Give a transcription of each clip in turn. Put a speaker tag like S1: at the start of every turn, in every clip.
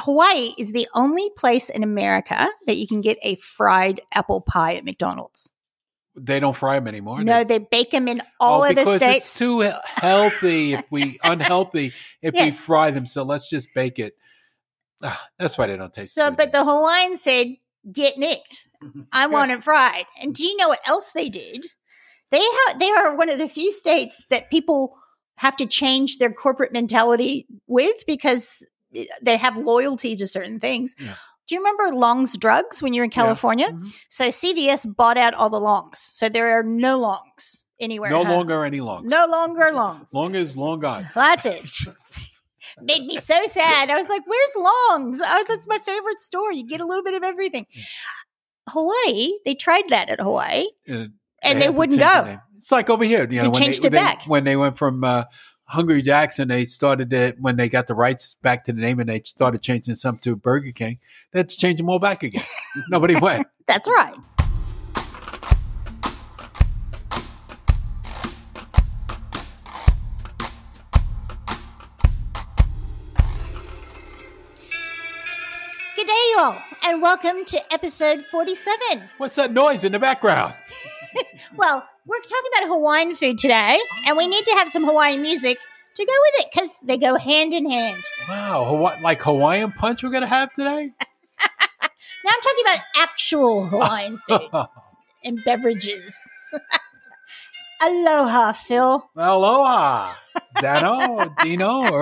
S1: Hawaii is the only place in America that you can get a fried apple pie at McDonald's.
S2: They don't fry them anymore. do
S1: No, they bake them in all
S2: oh,
S1: of the
S2: because
S1: states.
S2: It's too he- healthy if we unhealthy if we
S1: Yes.
S2: fry them. So let's just bake it. Ugh, that's why they don't taste.
S1: So,
S2: good.
S1: but the Hawaiian said, "Get nicked. I want it fried." And do you know what else they did? They ha- they are one of the few states that people have to change their corporate mentality with because eh, they have loyalty to certain things.
S2: Yeah.
S1: Do you remember Long's Drugs when you were in California?
S2: Mhm.
S1: So CVS bought out all the Longs, so there are no Longs anywhere.
S2: no
S1: in Honolulu.
S2: longer any long.
S1: No longer Longs.
S2: long is long gone.
S1: That's it. Made me so sad. I was like, where's Long's? Oh, that's my favorite store. You get a little bit of everything.
S2: Mm.
S1: Hawaii, they tried that at Hawaii
S2: And
S1: and
S2: had
S1: they
S2: to
S1: wouldn't
S2: change the
S1: go.
S2: name. It's like over here. You know,
S1: They
S2: when
S1: changed
S2: they,
S1: it
S2: they-
S1: back.
S2: when they went from uh, Hungry Jacks and they started to, when they got the rights back to the name and they started changing some to Burger King. They had to change them all back again. Nobody went.
S1: That's right. Good day, you all, and welcome to episode 47.
S2: What's that noise in the background?
S1: Well, we're talking about Hawaiian food today, and we need to have some Hawaiian music to go with it because they go hand in hand.
S2: Wow, Hawaii, like Hawaiian punch we're gonna have today.
S1: Now I'm talking about actual Hawaiian food and beverages. Aloha, Phil.
S2: Aloha, Dano, Dino,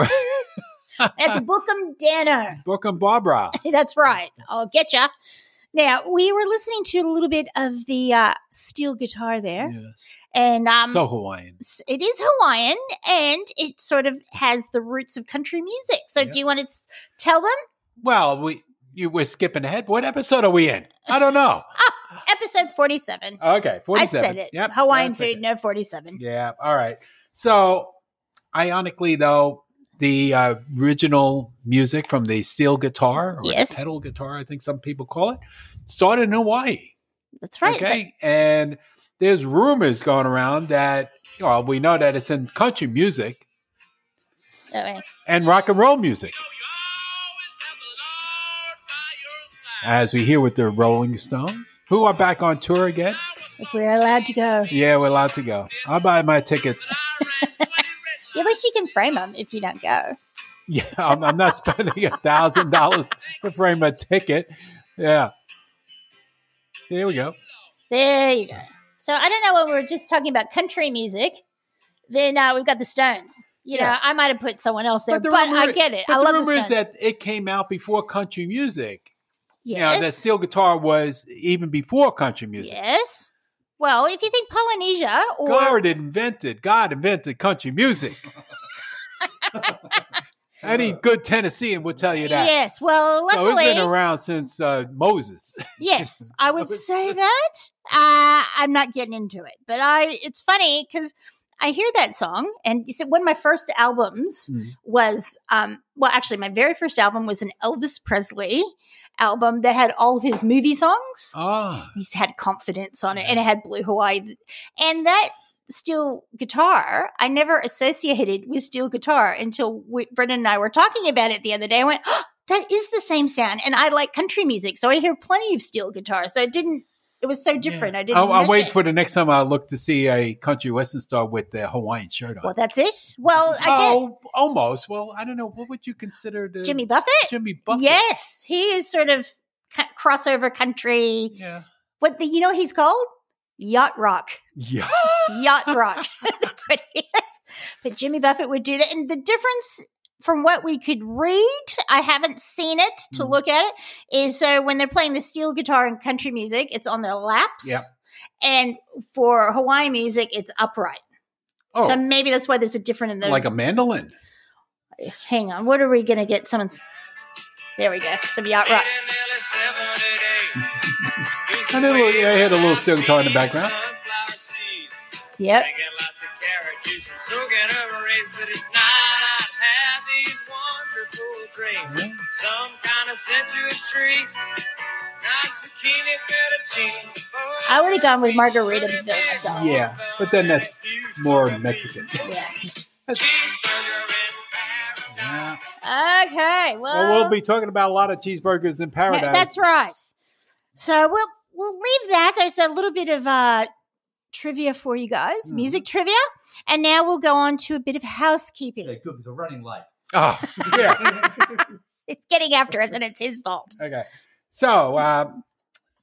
S1: That's
S2: Uh,
S1: Bookum Dano.
S2: Book and Barbara.
S1: That's right. I'll get ya. Now we were listening to a little bit of the uh, steel guitar there,
S2: Yes.
S1: and um,
S2: so Hawaiian.
S1: s- it is Hawaiian, and it sort of has the roots of country music. So,
S2: Yep.
S1: do you want to s- tell them?
S2: Well, we you we're skipping ahead. What episode are we in? I don't know.
S1: Episode forty-seven.
S2: Okay,
S1: I
S2: Uh, forty-seven.
S1: said it.
S2: Yep,
S1: Hawaiian
S2: that's
S1: food,
S2: okay.
S1: no 47.
S2: Yeah. All right. So, ironically, though, the uh, original music from the steel guitar or
S1: Yes.
S2: pedal guitar, I think some people call it, started in Hawaii.
S1: That's right. So-
S2: Okay. And there's rumors going around that, well, we know that it's in country music
S1: oh, wait.
S2: and rock and roll music, as we hear with the Rolling Stones, who are back on tour again.
S1: if we're allowed to go.
S2: Yeah, we're allowed to go. I'll buy my tickets.
S1: At least you can frame them if you don't go.
S2: Yeah, I'm, I'm not spending a thousand dollars to frame a ticket. Yeah. There we go.
S1: There you go. So I don't know when we were just talking about country music. Then uh, we've got the Stones. You know,
S2: Yeah.
S1: I might have put someone else there, but,
S2: the
S1: I
S2: rumor-
S1: get it.
S2: But
S1: I
S2: the
S1: love the,
S2: rumor
S1: Stones.
S2: is that it came out before country music. Yeah, that
S1: yes.
S2: steel guitar was even before country music.
S1: yes. Well, if you think Polynesia or
S2: God invented, God invented country music. Any good Tennessean will tell you that.
S1: yes, well,
S2: so it's
S1: luckily,
S2: been around since uh, Moses.
S1: Yes, I would say that. Uh, I'm not getting into it, but I. It's funny because I hear that song, and you said one of my first albums
S2: Mhm.
S1: was, um, well, actually, my very first album was an Elvis Presley album that had all of his movie songs.
S2: Ah,
S1: He's had Confidence on it, and it had Blue Hawaii, and that steel guitar I never associated with steel guitar until we, Brendan and I were talking about it the other day. I went. "Oh, that is the same sound, and I like country music, so I hear plenty of steel guitar. So it didn't. It was so different. I didn't.
S2: I'll, I'll
S1: miss
S2: wait
S1: it.
S2: for the next time I look to see a country western star with the Hawaiian shirt on.
S1: Well, that's it. Well, I
S2: oh, almost. Well, I don't know. What would you consider the
S1: get Jimmy Buffett.
S2: Jimmy Buffett?
S1: Yes, he is sort of c- crossover country.
S2: Yeah.
S1: What the, you know? What he's called yacht rock.
S2: Yeah.
S1: Yacht rock. that's what he is. But Jimmy Buffett would do that, and the difference. From what we could read, I haven't seen it to
S2: Mhm.
S1: look at it. Is so when they're playing the steel guitar in country music, it's on their laps.
S2: Yep.
S1: And for Hawaiian music, it's upright.
S2: Oh,
S1: So maybe that's why there's a different in the.
S2: like a mandolin.
S1: hang on, what are we gonna get? Someone's. There we go. Some yacht rock.
S2: I had a little, yeah, I had a little steel guitar in the background.
S1: Yep.
S3: Some kind of sensuous treat. Not zucchini, Oh, fettuccine.
S1: I would've gone with margarita to build myself.
S2: Yeah, but then that's more Mexican.
S1: Yeah.
S3: Cheeseburger in paradise.
S2: Yeah.
S1: Okay. Well,
S2: Well, we'll be talking about a lot of cheeseburgers in paradise.
S1: That's right. So we'll we'll leave that. There's a little bit of uh, trivia for you guys,
S2: Mhm.
S1: music trivia, and now we'll go on to a bit of housekeeping.
S4: Okay, good. Because we're running late.
S2: oh, yeah.
S1: It's getting after us, and it's his fault.
S2: Okay. So, um,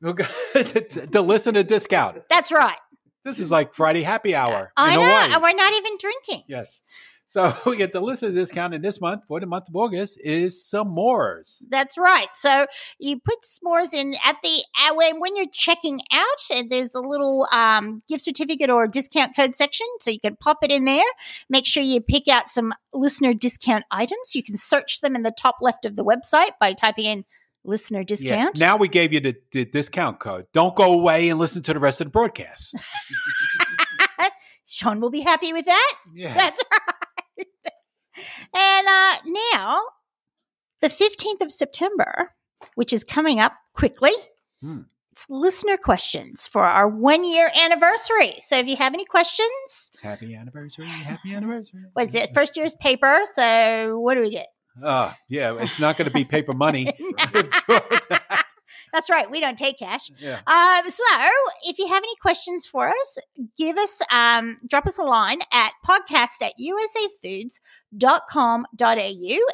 S2: we'll go to, to listen to discount.
S1: That's right.
S2: This is like Friday happy hour.
S1: I
S2: in
S1: know.
S2: Hawaii.
S1: And we're not even drinking.
S2: Yes. So we get the list of discount in this month for the month of August is s'mores.
S1: That's right. So you put s'mores in at the uh, when when you're checking out, and there's a little um, gift certificate or discount code section, so you can pop it in there. Make sure you pick out some listener discount items. You can search them in the top left of the website by typing in listener discount.
S2: Now we gave you the, the discount code. Don't go away and listen to the rest of the broadcast.
S1: Sean will be happy with that.
S2: Yeah.
S1: That's right. And uh, now, the 15th of September, which is coming up quickly,
S2: Hmm.
S1: it's listener questions for our one year anniversary. So if you have any questions,
S2: happy anniversary. Happy anniversary.
S1: was it first year's paper? So what do we get?
S2: Uh, yeah, it's not going to be paper money.
S1: That's right. We don't take cash.
S2: yeah.
S1: Um, so if you have any questions for us, give us, um, drop us a line at podcast at usafoods.com.au.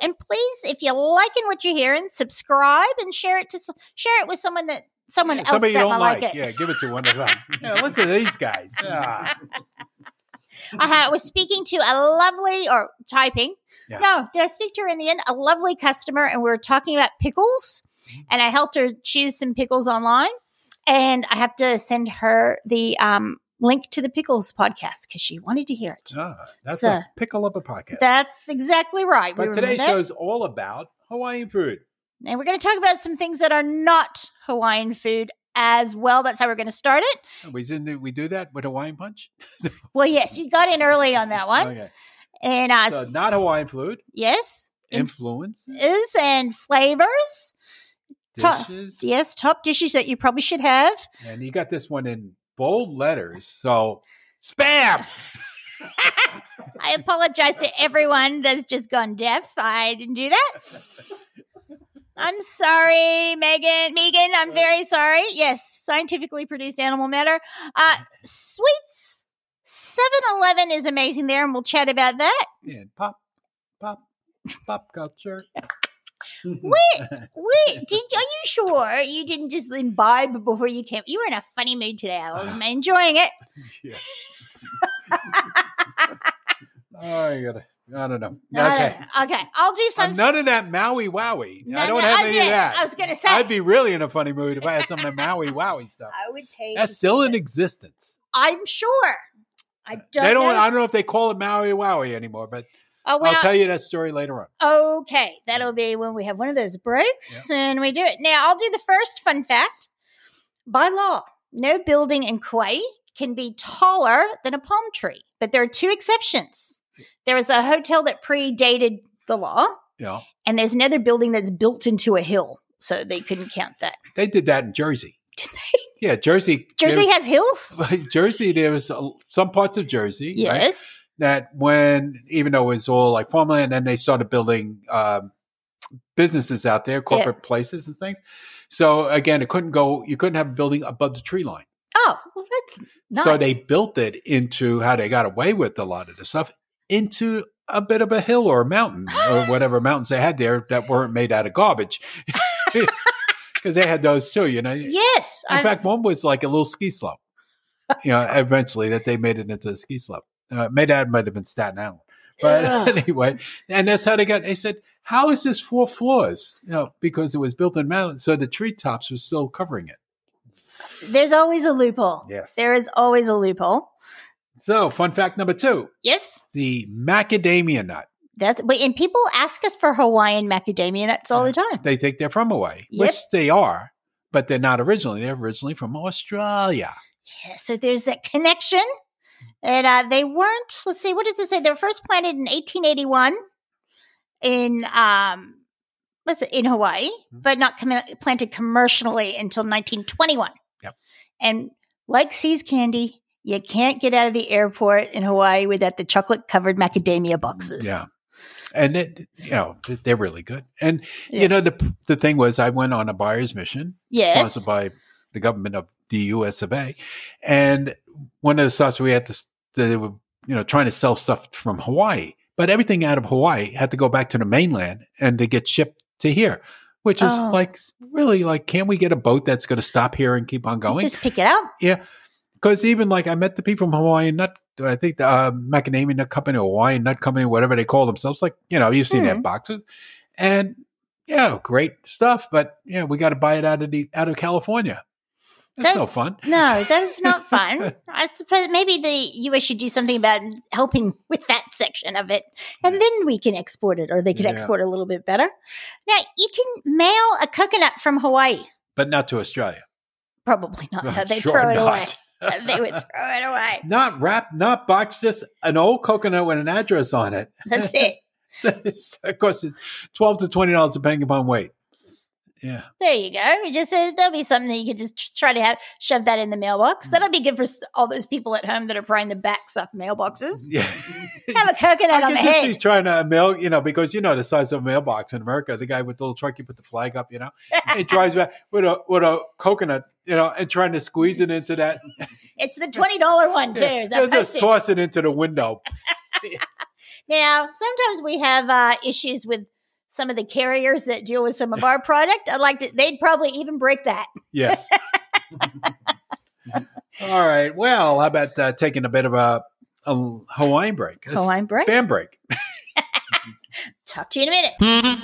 S1: And please, if you're liking what you're hearing, subscribe and share it to, s- share it with someone that, someone else
S2: Somebody
S1: that
S2: you don't
S1: might like,
S2: like.
S1: it.
S2: Yeah, give it to one of them. Yeah, listen to these guys. Ah.
S1: Uh-huh, I ha- was speaking to a lovely, or typing.
S2: Yeah.
S1: No, did I speak to her in the end? A lovely customer, and we were talking about pickles,
S2: Mm-hmm.
S1: and I helped her choose some pickles online, and I have to send her the um, link to the pickles podcast because she wanted to hear it.
S2: Ah, that's
S1: So-
S2: a pickle of a podcast.
S1: That's exactly right. We
S2: but
S1: remember
S2: today's
S1: that.
S2: show is all about Hawaiian food.
S1: and we're going to talk about some things that are not Hawaiian food as well. That's how we're going to start it.
S2: Oh, We didn't we do that with Hawaiian punch?
S1: Well, yes, you got in early on that one,
S2: Okay.
S1: and uh,
S2: So not Hawaiian food.
S1: yes,
S2: Influence
S1: is and flavors. Ta-
S2: dishes.
S1: Yes, top dishes that you probably should have.
S2: And you got this one in bold letters. So spam.
S1: I apologize to everyone that's just gone deaf. I didn't do that. I'm sorry, Megan. Megan, I'm very sorry. Yes, scientifically produced animal matter. Uh, sweets. 7 Eleven is amazing there, and we'll chat about that.
S2: And pop, pop, pop culture.
S1: Wait, wait, did, are you sure you didn't just imbibe before you came? You were in a funny mood today. I'm enjoying it.
S2: Yeah. oh, I gotta. I don't know.
S1: No, no,
S2: Okay.
S1: no. Okay, I'll do
S2: Uh,
S1: fun.
S2: none of that Maui Wowie.
S1: No,
S2: I don't
S1: no,
S2: have
S1: I-
S2: any
S1: yes,
S2: of that.
S1: I was going to say,
S2: I'd be really in a funny mood if I had some of that Maui Wowie stuff.
S1: I would pay. to
S2: That's still in existence.
S1: I'm sure. I don't,
S2: Uh, they don't.
S1: know.
S2: I don't know if they call it Maui Wowie anymore, but
S1: oh, well,
S2: I'll tell you that story later on.
S1: okay. That'll be when we have one of those breaks and we do it. Now, I'll do the first fun fact. By law, no building in Kauai can be taller than a palm tree, but there are two exceptions. There is a hotel that predated the law,
S2: Yeah,
S1: and there's another building that's built into a hill. So they couldn't count that.
S2: they did that in Jersey. Yeah, Jersey.
S1: Jersey has hills?
S2: has Jersey. There was uh, some parts of Jersey, right,
S1: Yes.
S2: that when even though it was all like farmland, then they started building um, businesses out there, corporate places and things. So again, it couldn't go. You couldn't have a building above the tree line.
S1: Oh, well, that's nice.
S2: So they built it into how they got away with a lot of the stuff into a bit of a hill or a mountain or whatever mountains they had there that weren't made out of garbage. Because they had those too, you know.
S1: Yes.
S2: In
S1: I'm-
S2: fact, one was like a little ski slope. You know, eventually that they made it into a ski slope. Uh, made out might have been Staten Island, but
S1: Ugh.
S2: anyway, and that's how they got. They said, "How is this four floors?" You know, because it was built in mountain, so the treetops were still covering it.
S1: there's always a loophole.
S2: Yes.
S1: There is always a loophole.
S2: So, fun fact number two:
S1: Yes.
S2: the macadamia nut.
S1: That's wait, and people ask us for Hawaiian macadamia nuts all the time.
S2: They think they're from Hawaii,
S1: Yep.
S2: which they are, but they're not originally. They're originally from Australia.
S1: Yeah, so there's that connection. And uh, they weren't, let's see, what does it say? They were first planted in 1881 in um what's it, in Hawaii,
S2: Hmm.
S1: but not com- planted commercially until 1921.
S2: Yep.
S1: And like See's candy, you can't get out of the airport in Hawaii without the chocolate covered macadamia boxes.
S2: Yeah. and it, you know they're really good. And
S1: Yeah.
S2: you know the the thing was, I went on a buyer's mission
S1: Yes.
S2: sponsored by the government of the U.S. of A. And one of the stops we had to, s- they were you know trying to sell stuff from Hawaii, but everything out of Hawaii had to go back to the mainland and they get shipped to here, which is
S1: Oh.
S2: like really like, can we get a boat that's going to stop here and keep on
S1: You
S2: going?
S1: Just pick it up.
S2: because even like I met the people from Hawaiian Nut, I think the uh, macadamia nut company, Hawaiian Nut Company, whatever they call themselves. Like you know, you've seen
S1: Hmm.
S2: their boxes, and yeah, great stuff. But yeah, we got to buy it out of the out of California. That's, no fun.
S1: No, that is not fun. I suppose maybe the U.S. should do something about helping with that section of it, and then we can export it, or they can
S2: Yeah.
S1: export a little bit better. Now you can mail a coconut from Hawaii.
S2: But not to Australia.
S1: Probably not. No, Uh, they
S2: Sure
S1: throw it
S2: not.
S1: away. they would throw it away.
S2: Not wrap, not box, just an old coconut with an address on it.
S1: That's it.
S2: of course, it's twelve to twenty dollars depending upon weight. Yeah,
S1: There you go. It just uh, there'll be something that you could just tr- try to have shove that in the
S2: Hmm.
S1: mailbox. That'll be good for s- all those people at home that are prying the backs off mailboxes.
S2: yeah.
S1: Have a coconut
S2: Hmm. I
S1: on
S2: can
S1: the
S2: just see
S1: head.
S2: trying to mail, you know, because you know the size of a mailbox in America. The guy with the little truck, you put the flag up, you know, and he drives back with a with a coconut, you know, and trying to squeeze it into that.
S1: It's the twenty dollar one too.
S2: Yeah,
S1: that
S2: just
S1: postage.
S2: toss it into the window.
S1: Now, sometimes we have uh, issues with some of the carriers that deal with some of our product. I'd like to, they'd probably even break that.
S2: Yes. All right. Well, how about uh, taking a bit of a, a Hawaiian break, a
S1: Hawaiian break.
S2: spam break?
S1: Talk to you in a minute.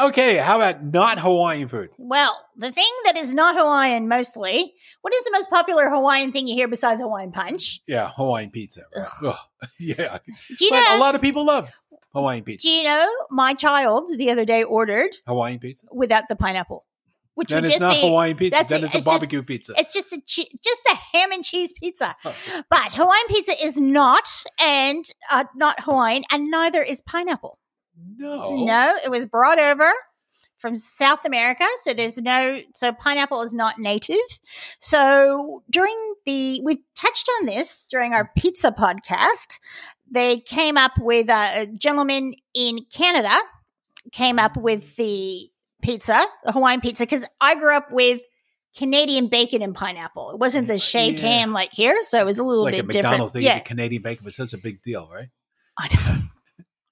S2: Okay. How about not Hawaiian food?
S1: Well, the thing that is not Hawaiian mostly, what is the most popular Hawaiian thing you hear besides Hawaiian punch?
S2: Yeah, Hawaiian pizza. right. Ugh. Yeah,
S1: Do you
S2: but
S1: know?
S2: a lot of people love Hawaiian pizza.
S1: do you know my child the other day ordered
S2: Hawaiian pizza.
S1: without the pineapple, which
S2: Then
S1: would
S2: it's
S1: just
S2: not
S1: be
S2: Hawaiian pizza.
S1: that's
S2: Then
S1: it,
S2: it's a
S1: it's just-
S2: barbecue pizza.
S1: It's just a che- just a ham and cheese pizza,
S2: Oh.
S1: but Hawaiian pizza is not, and uh, not Hawaiian, and neither is pineapple.
S2: No.
S1: No, it was brought over from South America, so there's no so pineapple is not native. So during the we've touched on this during our pizza podcast. They came up with uh, a, a gentleman in Canada came up with the pizza, the Hawaiian pizza, because I grew up with Canadian bacon and pineapple. It wasn't the shaved
S2: Mm-hmm. Yeah.
S1: ham like here, so it was a little
S2: Like
S1: bit
S2: at McDonald's,
S1: different.
S2: they
S1: yeah,
S2: eat the Canadian bacon, but such a big deal, right?
S1: I know.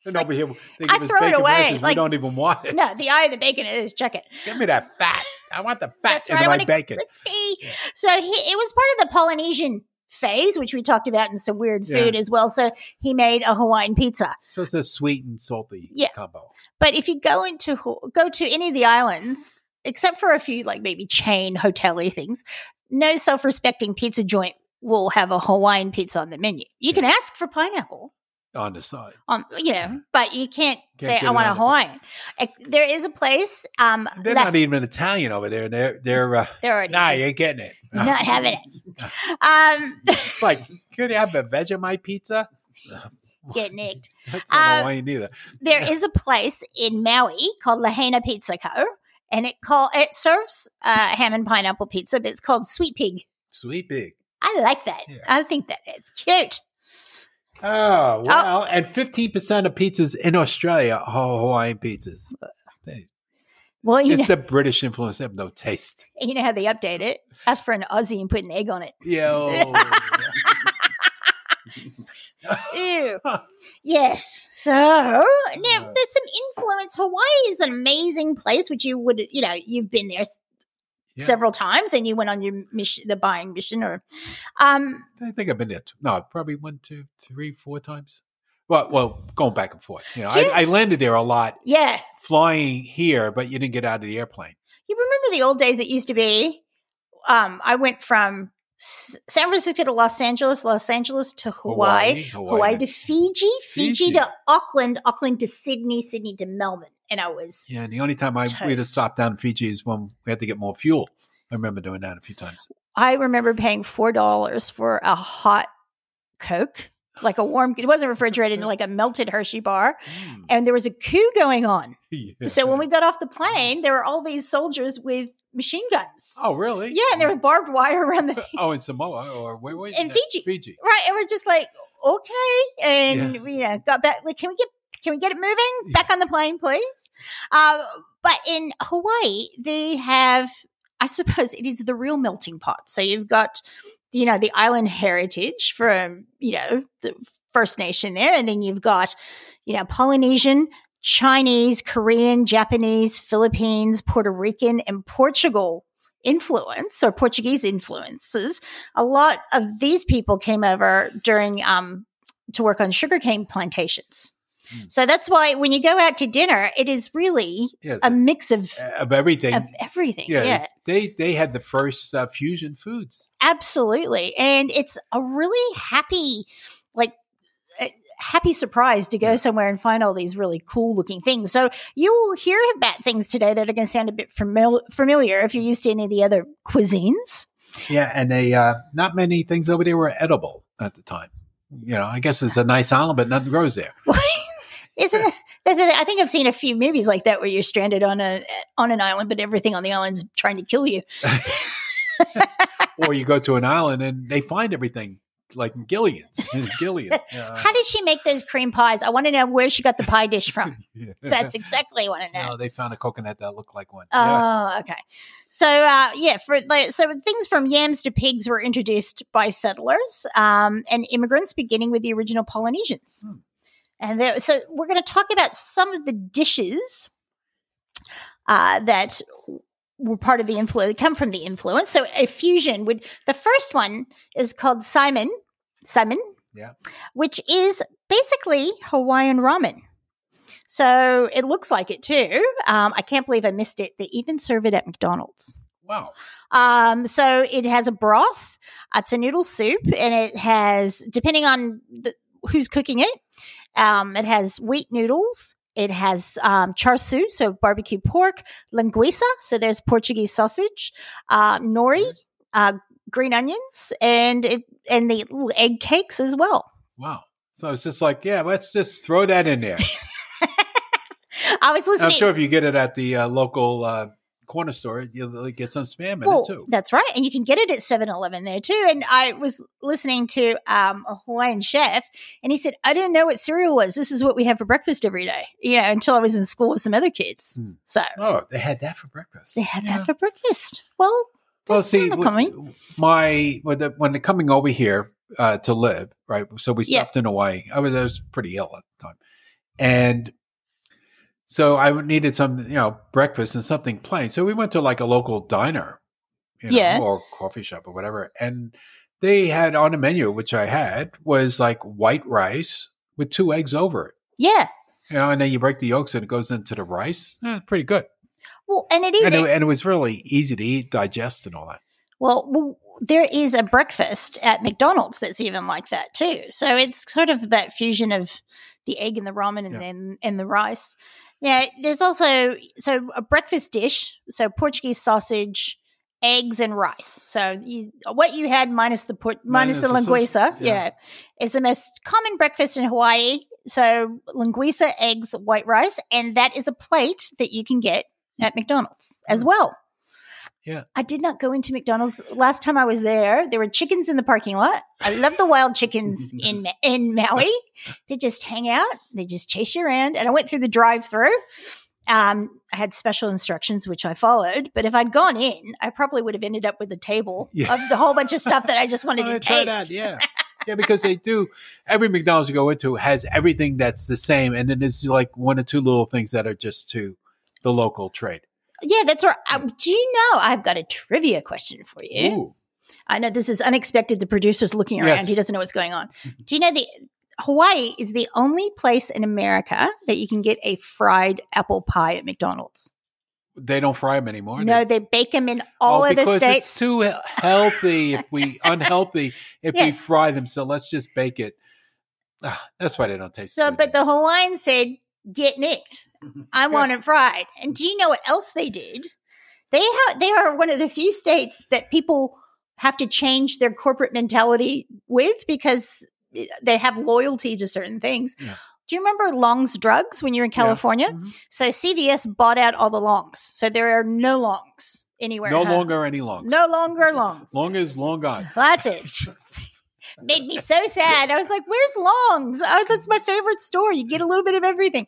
S2: And
S1: like-
S2: over here, they
S1: I
S2: give us
S1: throw it
S2: bacon
S1: away,
S2: rashes. we
S1: like-
S2: don't even want it.
S1: no, the eye of the bacon is check it.
S2: Give me that fat. I want the fat
S1: That's
S2: in
S1: right, I
S2: my
S1: want it
S2: bacon.
S1: crispy. So he, it was part of the Polynesian phase, which we talked about in some weird
S2: Yeah.
S1: food as well. So he made a Hawaiian pizza.
S2: So it's a sweet and salty
S1: Yeah.
S2: combo.
S1: But if you go into Ho- go to any of the islands, except for a few like maybe chain hotel-y things, no self-respecting pizza joint will have a Hawaiian pizza on the menu. You can ask for pineapple.
S2: On the side,
S1: On, you know, but you can't,
S2: Can't
S1: say
S2: get
S1: I
S2: it
S1: want a
S2: on the pizza.
S1: Hawaiian. Like, There is a place. Um,
S2: they're
S1: that-
S2: not even Italian over there. They're they're uh,
S1: there are
S2: nah, you ain't getting it.
S1: not having it. Um,
S2: It's like could you have a Vegemite pizza?
S1: get nicked.
S2: That's not
S1: Uh,
S2: Hawaiian either.
S1: there is a place in Maui called Lahaina Pizza Co. And it call it serves uh, ham and pineapple pizza, but it's called Sweet Pig.
S2: Sweet pig.
S1: I like that.
S2: Yeah.
S1: I think that it's cute.
S2: Oh wow! And fifteen percent of pizzas in Australia are Hawaiian pizzas.
S1: Well, you know,
S2: It's the British influence. They have no taste.
S1: you know how they update it. Ask for an Aussie and put an egg on it.
S2: Yo.
S1: Ew. yes. So now there's some influence. Hawaii is an amazing place, which you would you know you've been there s
S2: Yeah.
S1: several times, and you went on your mission, the buying mission, or um,
S2: I think I've been there. Two, no, probably one, two, three, four times. Well, well, going back and forth. You know,
S1: Do you-
S2: I, I landed there a lot,
S1: yeah.
S2: flying here, but you didn't get out of the airplane.
S1: You remember the old days it used to be? Um, I went from S- San Francisco to Los Angeles, Los Angeles to Hawaii, Hawaii, to Fiji, Fiji,
S2: Fiji.
S1: to Auckland, Auckland to Sydney, Sydney to Melbourne. And I was,
S2: Yeah, and the only time I we had to
S1: Toast.
S2: stop down in Fiji is when we had to get more fuel. I remember doing that a few times.
S1: I remember paying $4 for a hot Coke like a warm, it wasn't refrigerated, like a melted Hershey bar. And there was a coup going on.
S2: Yeah.
S1: Mm.
S2: Mm-hmm.
S1: So when we got off the plane, there were all these soldiers with machine guns.
S2: oh really
S1: Yeah, and there was barbed wire around the
S2: oh in Samoa or where was
S1: In
S2: that?
S1: Fiji.
S2: Fiji
S1: right, and we're just like, okay, and you know, got back. Like, can we get can we get it moving back on the plane, please? Um, but in Hawaii, they have, I suppose, it is the real melting pot. So you've got, you know, the island heritage from you know the First Nation there, and then you've got, you know, Polynesian. Chinese, Korean, Japanese, Philippines, Puerto Rican, and Portugal influence or Portuguese influences a lot of these people came over during um, to work on sugarcane plantations.
S2: Mm.
S1: So that's why when you go out to dinner, it is really
S2: yes
S1: a mix of
S2: of everything
S1: of everything.
S2: yeah,
S1: Yeah,
S2: they they had the first uh, fusion foods
S1: absolutely, and it's a really happy, like a happy surprise to go
S2: Yeah.
S1: somewhere and find all these really cool looking things. So you will hear about things today that are going to sound a bit famil- familiar if you're used to any of the other cuisines.
S2: yeah and they uh, not many things over there were edible at the time you know I guess it's a nice island but nothing grows there
S1: Isn't it, I think I've seen a few movies like that where you're stranded on a on an island, but everything on the island's trying to kill you.
S2: or you go to an island and they find everything like in Gillian's in Gillian Yeah.
S1: How did she make those cream pies? I want to know where she got the pie dish from.
S2: Yeah.
S1: That's exactly what I want to know.
S2: no, they found a coconut that looked like one. Yeah.
S1: Oh, okay. So, uh, yeah, for like, so things from yams to pigs were introduced by settlers um, and immigrants, beginning with the original Polynesians.
S2: Hmm.
S1: And there, so, we're going to talk about some of the dishes uh, that were part of the influence, come from the influence. So, a fusion would the first one is called Simon, Simon,
S2: Yeah.
S1: which is basically Hawaiian ramen. So it looks like it too. Um, I can't believe I missed it. They even serve it at McDonald's.
S2: Wow.
S1: Um, so it has a broth, it's a noodle soup, and it has, depending on the, who's cooking it, um, it has wheat noodles. It has um, char siu, so barbecue pork, linguiça, so there's Portuguese sausage, uh, nori,
S2: Mm-hmm.
S1: uh, green onions, and it, and the little egg cakes as well.
S2: Wow. So it's just like, yeah, let's just throw that in there.
S1: I was
S2: I'm
S1: listening.
S2: sure if you get it at the uh, local uh, corner store, you'll get some spam in it too.
S1: That's right. And you can get it at 7 Eleven there too. And I was listening to um, a Hawaiian chef and he said, I didn't know what cereal was. This is what we have for breakfast every day, you know, until I was in school with some other kids.
S2: Hmm.
S1: So
S2: Oh, they had that for breakfast.
S1: they have
S2: Yeah.
S1: that for breakfast. Well,
S2: well,
S1: that's
S2: see,
S1: not a
S2: w-
S1: comment.
S2: my when the, when the coming over here uh, to live, right? So we
S1: Yeah.
S2: stopped in Hawaii. I was I was pretty ill at the time, and so I needed some, you know, breakfast and something plain. So we went to like a local diner, you know,
S1: Yeah.
S2: or coffee shop or whatever, and they had on the menu, which I had, was like white rice with two eggs over it.
S1: yeah.
S2: You know, and then you break the yolks and it goes into the rice. Eh, pretty good,
S1: Well, and it is.
S2: and it, and it was really easy to eat, digest, and all that.
S1: Well, well, there is a breakfast at McDonald's that's even like that too. So it's sort of that fusion of the egg and the ramen and
S2: Yeah.
S1: then and the rice. Yeah, there's also so a breakfast dish, so Portuguese sausage, eggs and rice. So you, what you had minus the port, minus,
S2: Minus
S1: the
S2: the sausage,
S1: linguiça,
S2: yeah.
S1: yeah. is the most common breakfast in Hawaii. So linguiça, eggs, white rice, and that is a plate that you can get at McDonald's as well.
S2: Mm. Yeah.
S1: I did not go into McDonald's last time I was there. There were chickens in the parking lot. I love the wild chickens in in Maui. They just hang out. They just chase you around. And I went through the drive-through. Um, I had special instructions which I followed, but if I'd gone in, I probably would have ended up with a table
S2: Yeah.
S1: of the whole bunch of stuff that I just wanted
S2: Oh,
S1: to
S2: try
S1: taste.
S2: that, yeah. Yeah, because they do every McDonald's you go into has everything that's the same, and then there's like one or two little things that are just to the local trade.
S1: Yeah, that's right. Uh, do you know I've got a trivia question for you?
S2: Ooh,
S1: I know this is unexpected. The producer's looking around.
S2: Yes. Mm-hmm.
S1: He doesn't know what's going on. Do you know the Hawaii is the only place in America that you can get a fried apple pie at McDonald's?
S2: they don't fry them anymore.
S1: no,
S2: They-
S1: they bake them in all
S2: oh,
S1: other
S2: because
S1: states.
S2: It's too he- healthy if we unhealthy if we
S1: Yes.
S2: fry them. So let's just bake it. Ah, that's why they don't taste.
S1: so,
S2: good. Mm-hmm.
S1: but the Hawaiian said, "Get nicked. I want it fried." And do you know what else they did? They ha- they are one of the few states that people have to change their corporate mentality with because eh, they have loyalty to certain things.
S2: Yeah.
S1: Do you remember Long's drugs when you were in California?
S2: Mhm.
S1: So CVS bought out all the Longs, so there are no Longs anywhere.
S2: No
S1: in Hollywood.
S2: longer any long.
S1: no longer Longs.
S2: Long is long gone.
S1: That's it. Made me so sad. I was like, "Where's Longs? Oh, that's my favorite store. You get a little bit of everything."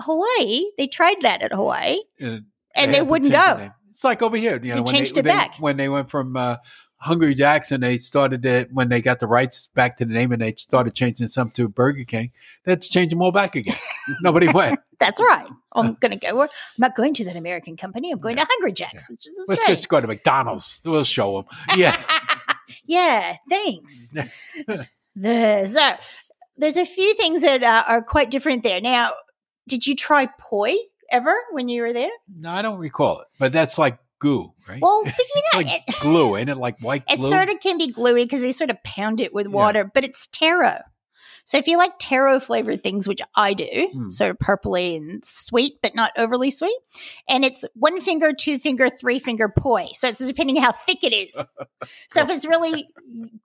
S1: Hawaii, they tried that at Hawaii,
S2: Yeah.
S1: and they,
S2: had to
S1: wouldn't
S2: change the
S1: go.
S2: name. It's like over here. You know,
S1: They
S2: when
S1: changed
S2: they,
S1: it
S2: when
S1: back.
S2: They, when they went from uh, Hungry Jacks and they started it when they got the rights back to the name and they started changing some to Burger King. They had to change them all back again. Nobody went.
S1: That's right. I'm going to go. I'm not going to that American company. I'm going to Hungry Jack's, which is the
S2: Let's
S1: same.
S2: just go to McDonald's. We'll show them. Yeah.
S1: yeah, thanks. the, so, there's a few things that uh, are quite different there. Now, did you try poi ever when you were there?
S2: No, I don't recall it, but that's like goo, right?
S1: Well, but you know,
S2: it's like
S1: it,
S2: glue, ain't it? Like white
S1: it
S2: glue.
S1: sort of can be gluey because they sort of pound it with
S2: Yeah.
S1: water, but it's taro. So if you like taro flavored things, which I do,
S2: Hmm.
S1: sort of purpley and sweet, but not overly sweet, and it's one finger, two finger, three finger poi. So it's depending how thick it is. so if it's really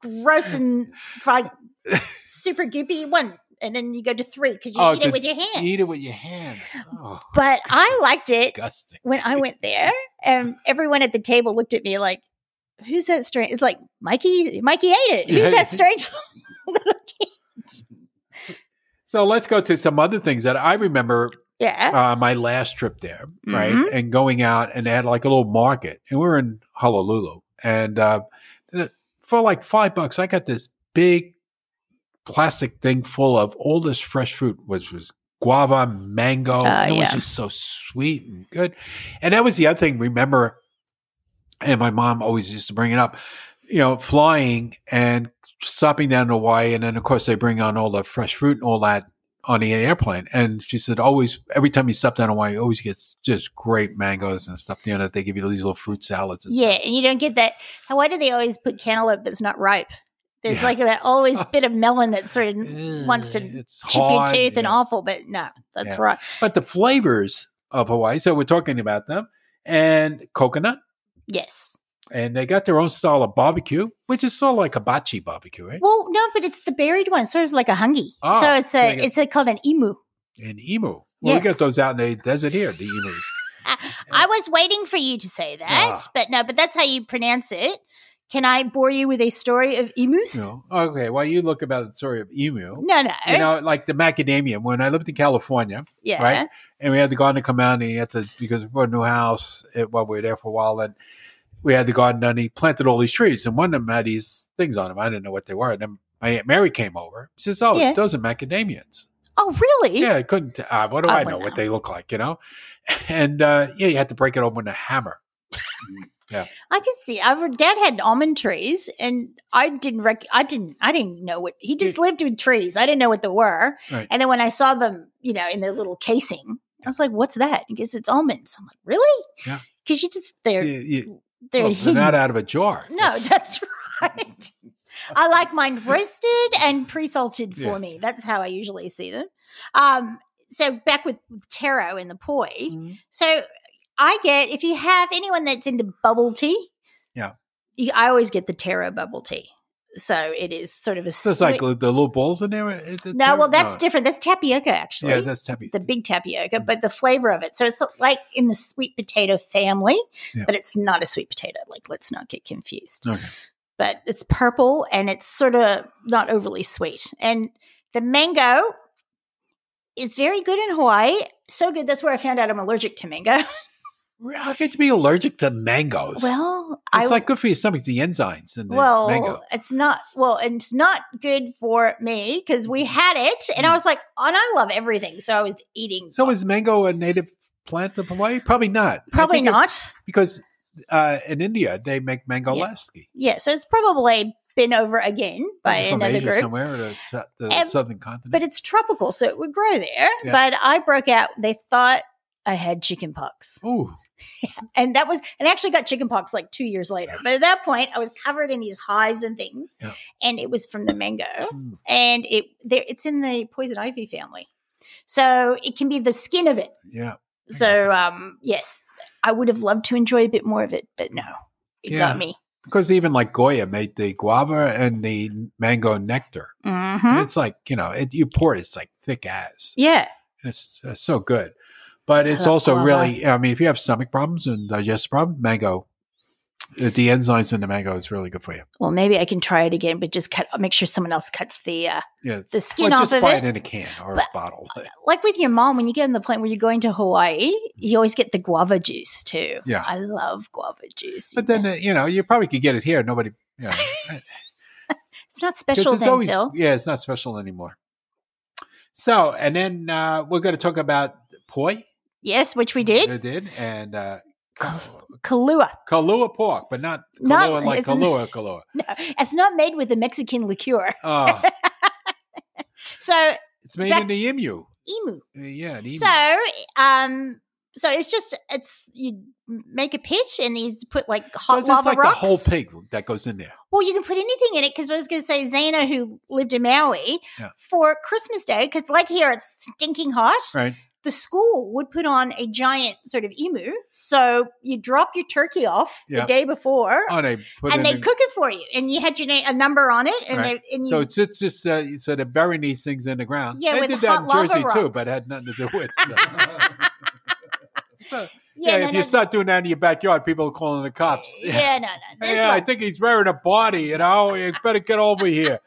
S1: gross and like super goopy, one, and then you go to three because you
S2: Oh,
S1: eat it
S2: to
S1: with your hands.
S2: Eat it with your hands. Oh,
S1: But I liked it
S2: disgusting.
S1: when I went there, and everyone at the table looked at me like, "Who's that strange?" It's like Mikey. Mikey ate it. Who's that strange?
S2: So let's go to some other things that I remember
S1: yeah.
S2: uh, my last trip there, right?
S1: Mhm.
S2: And going out and they had like a little market, and we were in Honolulu, and uh, th- for like five bucks, I got this big plastic thing full of all this fresh fruit, which was guava, mango.
S1: Ah,
S2: and it was
S1: yeah.
S2: just so sweet and good. And that was the other thing. Remember, and my mom always used to bring it up. You know, flying and stopping down in Hawaii, and then of course they bring on all the fresh fruit and all that on the airplane. And she said, always, every time you stop down in Hawaii, you always get just great mangoes and stuff. You know, that they give you these little fruit salads. And
S1: Yeah,
S2: Stuff.
S1: and you don't get that. Why do they always put cantaloupe that's not ripe? There's
S2: Yeah.
S1: like that always bit of melon that sort of chip Wants to
S2: it's
S1: your
S2: hard,
S1: tooth and
S2: yeah.
S1: awful, but no, that's
S2: Yeah.
S1: right.
S2: But the flavors of Hawaii, so we're talking about them, and coconut.
S1: Yes.
S2: And they got their own style of barbecue, which is sort of like hibachi barbecue, eh? right?
S1: Well, no, but it's the buried one, sort of like a hungi.
S2: Ah,
S1: so it's
S2: so
S1: a
S2: they get-
S1: it's a, called an emu.
S2: And emu. Well,
S1: Yes.
S2: we got those out in the desert here, the emus.
S1: I was waiting for you to say that,
S2: Ah.
S1: but no, but that's how you pronounce it. Can I bore you with a story of emus?
S2: You know, okay, well, you look about the story of emu.
S1: No, no.
S2: Oh, You know, like the macadamia. When I lived in California,
S1: yeah.
S2: right? and we had the garden to come out and he had to because we bought a new house it, while we were there for a while and we had the garden done. He planted all these trees and one of them had these things on them. I didn't know what they were. And then my aunt Mary came over. She says, "Oh,
S1: Yeah.
S2: those are macadamias."
S1: Oh, really?
S2: Yeah, I couldn't. t- Uh, what do
S1: I
S2: I, know
S1: wouldn't
S2: what
S1: know.
S2: they look like? You know, and uh, yeah, you had to break it open with a hammer.
S1: I can see. Our dad had almond trees, and I didn't. Rec- I didn't. I didn't know what he just lived with trees. I didn't know what they were.
S2: Right.
S1: And then when I saw them, you know, in their little casing, I was like, "What's that?" Because it's almonds. I'm like, "Really?"
S2: Yeah.
S1: Because you just they're
S2: You- you-
S1: they're
S2: well, they're
S1: hidden.
S2: not out of a jar.
S1: no, that's right. I like mine roasted and pre-salted for
S2: Yes.
S1: me. That's how I usually see them. Um, so back with taro and the poi.
S2: Mhm.
S1: So I get if you have anyone that's into bubble tea,
S2: Yeah.
S1: you, I always get the taro bubble tea. So it is sort of a
S2: So it's
S1: sweet.
S2: like the little balls in there. Is it
S1: no,
S2: there?
S1: well, that's
S2: No.
S1: different. That's tapioca, actually.
S2: oh. Yeah, Mm. that's happy.
S1: the big tapioca, but the flavor of it. So it's like in the sweet potato family,
S2: Yeah.
S1: but it's not a sweet potato. Like, let's not get confused.
S2: Okay.
S1: But it's purple and it's sort of not overly sweet. And the mango is very good in Hawaii. So good. That's where I found out I'm allergic to mango.
S2: How could you be allergic to mangoes?
S1: Well, I
S2: It's like good for your stomach, the enzymes in the
S1: well,
S2: mango.
S1: it's not well, and it's not good for me because
S2: Mm-hmm.
S1: we had it, and I was like, "Oh, and I love everything, so I was eating.
S2: Mm. So is mango a native plant of Hawaii? Probably not. I
S1: probably
S2: think it-
S1: not.
S2: because uh, in India they make mango
S1: Yeah.
S2: lassi.
S1: yeah, so it's probably been over again by
S2: From
S1: another
S2: Asia
S1: group.
S2: somewhere, or the, su- the
S1: Ev-
S2: southern continent.
S1: But it's tropical, so it would grow there.
S2: Yeah.
S1: But I broke out. They thought I had chicken pox.
S2: Ooh,
S1: and that was and I actually got chickenpox like two years later. But at that point, I was covered in these hives and things,
S2: Yeah.
S1: and it was from the mango,
S2: Hmm.
S1: and it there, it's in the poison ivy family, so it can be the skin of it.
S2: yeah,
S1: So um, yes, I would have loved to enjoy a bit more of it, but no, it
S2: Yeah.
S1: got me.
S2: because even like Goya made the guava and the mango nectar.
S1: hmm
S2: It's like you know, it, you pour it, it's like thick as.
S1: Yeah.
S2: It's, it's so good, but it's
S1: love
S2: also
S1: guava.
S2: really. I mean, if you have stomach problems and digestive problems, mango, the enzymes in the mango is really good for you.
S1: Well, maybe I can try it again, but just cut. Make sure someone else cuts the uh,
S2: Yeah,
S1: the skin
S2: well,
S1: off
S2: just
S1: of
S2: buy
S1: it.
S2: it in a can or
S1: But-
S2: a bottle.
S1: Like with your mom, when you get on the plane where you're going to Hawaii, you always get the guava juice too.
S2: Yeah.
S1: I love guava juice.
S2: But then uh, you know, you probably could get it here. Nobody, yeah,
S1: it's not
S2: 'Cause
S1: special
S2: it's
S1: then,
S2: always-
S1: Phil.
S2: Yeah, it's not special anymore. So, and then uh, we're going to talk about poi.
S1: Yes, which we did.
S2: We did, and uh,
S1: Kal- Kahlua.
S2: Kahlua pork, but not Kahlua
S1: Not-
S2: like
S1: it's-
S2: Kahlua Kahlua.
S1: No, it's not made with the Mexican liqueur.
S2: Oh,
S1: So
S2: it's made
S1: That-
S2: in the emu.
S1: emu.
S2: Uh, Yeah, the emu.
S1: So, um, so it's just it's you make a pitch and you put like
S2: So
S1: hot
S2: it's just
S1: lava
S2: like
S1: rocks.
S2: the whole pig that goes in there.
S1: well, you can put anything in it because I was going to say Zana, who lived in Maui
S2: Yeah.
S1: for Christmas Day, because like here it's stinking hot.
S2: Right.
S1: The school would put on a giant sort of emu, so you drop your turkey off
S2: Yeah.
S1: the day before.
S2: Oh, they put
S1: and
S2: it
S1: they
S2: in.
S1: cook it for you, and you had your name, a number on it, and
S2: Right.
S1: they and
S2: so
S1: you,
S2: it's, it's just uh, so they're burying these things in the ground.
S1: Yeah,
S2: they
S1: with
S2: did that in
S1: hot lava
S2: Jersey too,
S1: rocks.
S2: but it had nothing to do with. So,
S1: yeah,
S2: yeah,
S1: no,
S2: if
S1: no,
S2: you start doing that in your backyard, people are calling the cops.
S1: yeah, no, no, this
S2: Yeah, I
S1: one's-
S2: think he's wearing a body, you know. You better get over here.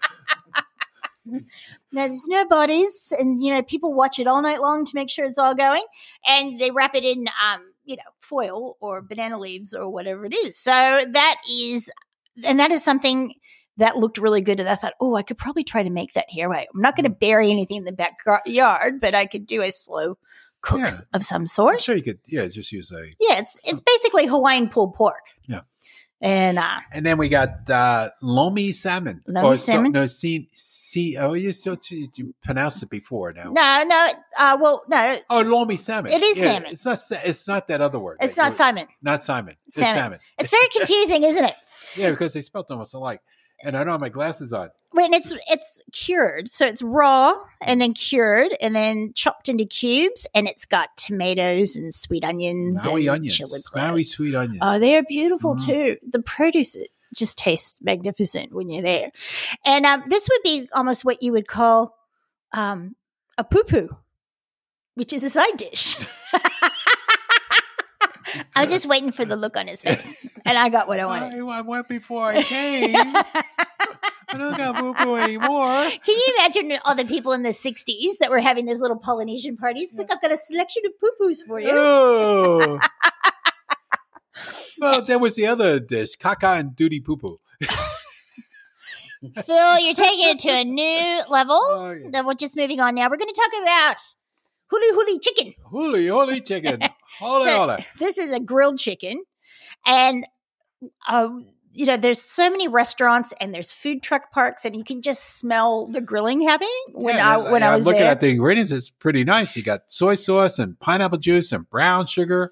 S1: Now, there's no bodies, and you know people watch it all night long to make sure it's all going, and they wrap it in, um, you know, foil or banana leaves or whatever it is. So that is, and that is something that looked really good, and I thought, oh, I could probably try to make that here. I- I'm not going to
S2: Mm.
S1: bury anything in the backyard, but I could do a slow cook
S2: Yeah.
S1: of some
S2: I'm
S1: sort.
S2: sure you could, yeah, just use a.
S1: Yeah, it's it's basically Hawaiian pulled pork.
S2: Yeah.
S1: and uh,
S2: And then we got uh, lomi salmon.
S1: Lomi
S2: Or so-
S1: salmon?
S2: no, see, see, oh, you still you you pronounced it before now.
S1: no, no, uh, well, no,
S2: Oh, lomi salmon.
S1: It is
S2: Yeah,
S1: salmon.
S2: It's not. sa- It's not that other word.
S1: it's
S2: that
S1: not
S2: you-
S1: Simon.
S2: Not Simon. It's
S1: Salmon.
S2: salmon.
S1: It's very confusing, isn't it?
S2: Yeah, because they spelled almost alike. And I don't have my glasses on.
S1: Wait, and it's it's cured, so it's raw and then cured and then chopped into cubes, and it's got tomatoes and sweet onions
S2: Maui
S1: and
S2: onions.
S1: chili
S2: Maui
S1: flowers.
S2: sweet onions.
S1: Oh, they are beautiful
S2: Mm.
S1: too. The produce just tastes magnificent when you're there, and um, this would be almost what you would call um, a poo poo, which is a side dish. I was just waiting for the look on his face, and I got what I wanted.
S2: I, I went before I came. I
S1: Can
S2: don't got boo boo anymore.
S1: you imagine all the people in the 60s that were having those little Polynesian parties? Look, I've got a selection of poo poos for you.
S2: Oh. well, there was the other dish, caca and duty poo poo.
S1: Phil, you're taking it to a new level.
S2: Oh, yeah.
S1: Then we're just moving on now. We're going to talk about huli huli chicken.
S2: Holy, holy chicken. Holy,
S1: So-
S2: holy.
S1: This is a grilled chicken. And, um, you know, there's so many restaurants and there's food truck parks, and you can just smell the grilling happening when
S2: Yeah,
S1: I when I
S2: I'm
S1: was
S2: looking
S1: there.
S2: at the ingredients, it's pretty nice. You got soy sauce and pineapple juice and brown sugar,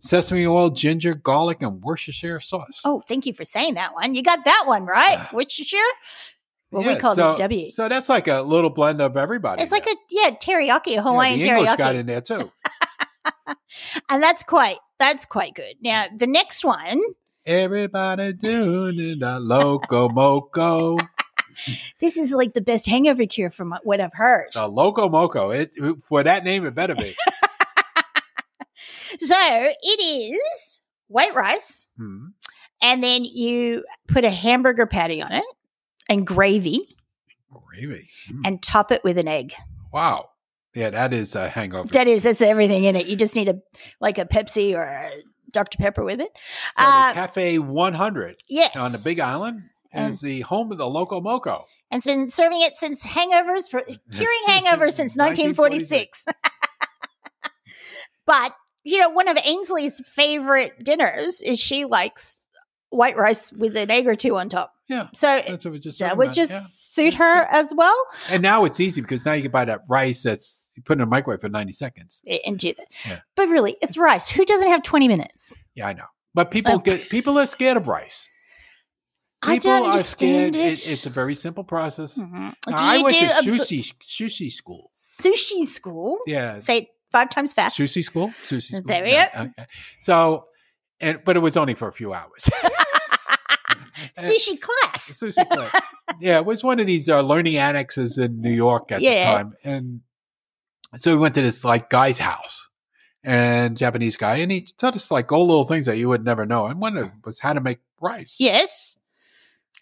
S2: sesame oil, ginger, garlic, and Worcestershire sauce.
S1: oh, thank you for saying that one. You got that one right,
S2: Yeah.
S1: Worcestershire. Well,
S2: Yeah,
S1: we called
S2: so,
S1: it W.
S2: So that's like a little blend of everybody.
S1: It's like a yeah teriyaki, a Hawaiian
S2: yeah, the English got
S1: teriyaki,
S2: in there too.
S1: and that's quite that's quite good. Now the next one,
S2: Everybody doing it, a loco moco.
S1: this is like the best hangover cure from what I've heard.
S2: A loco moco. It, for that name, it better be.
S1: So it is white rice,
S2: Hmm.
S1: and then you put a hamburger patty on it and gravy,
S2: Gravy. Hmm.
S1: and top it with an egg.
S2: Wow. Yeah, that is a hangover.
S1: That is, that's everything in it. You just need a like a Pepsi or a Dr Pepper with it.
S2: so
S1: uh, um,
S2: the Cafe 100
S1: Yes,
S2: on the Big Island
S1: And-
S2: is the home of the loco moco.
S1: and it's been serving it since hangovers for curing hangovers since 1946. but you know, one of Ainsley's favorite dinners is she likes white rice with an egg or two on top.
S2: Yeah.
S1: So
S2: That's what we just
S1: eh, that
S2: talking
S1: would
S2: about,
S1: just
S2: yeah.
S1: suit her
S2: That's
S1: as well.
S2: And now it's easy because now you can buy that rice that's you put in a microwave for 90 seconds.
S1: And do that.
S2: Yeah.
S1: But really, it's rice. Who doesn't have 20 minutes?
S2: Yeah, I know. But people
S1: Okay.
S2: get people are scared of rice. People
S1: I don't
S2: are
S1: understand
S2: scared.
S1: it.
S2: it's a very simple process.
S1: Mhm.
S2: Now,
S1: Do
S2: I
S1: you
S2: went
S1: do
S2: to
S1: absor-
S2: sushi sushi school.
S1: sushi school?
S2: Yeah,
S1: Say it five times fast.
S2: sushi school, sushi school.
S1: There we
S2: Yeah, Okay. So, and but it was only for a few hours.
S1: Sushi class.
S2: Sushi Clip. yeah, it was one of these uh, learning annexes in New York at
S1: Yeah.
S2: the time, and so we went to this like guy's house, and Japanese guy, and he taught us like all little things that you would never know. And one of them was how to make rice.
S1: Yes.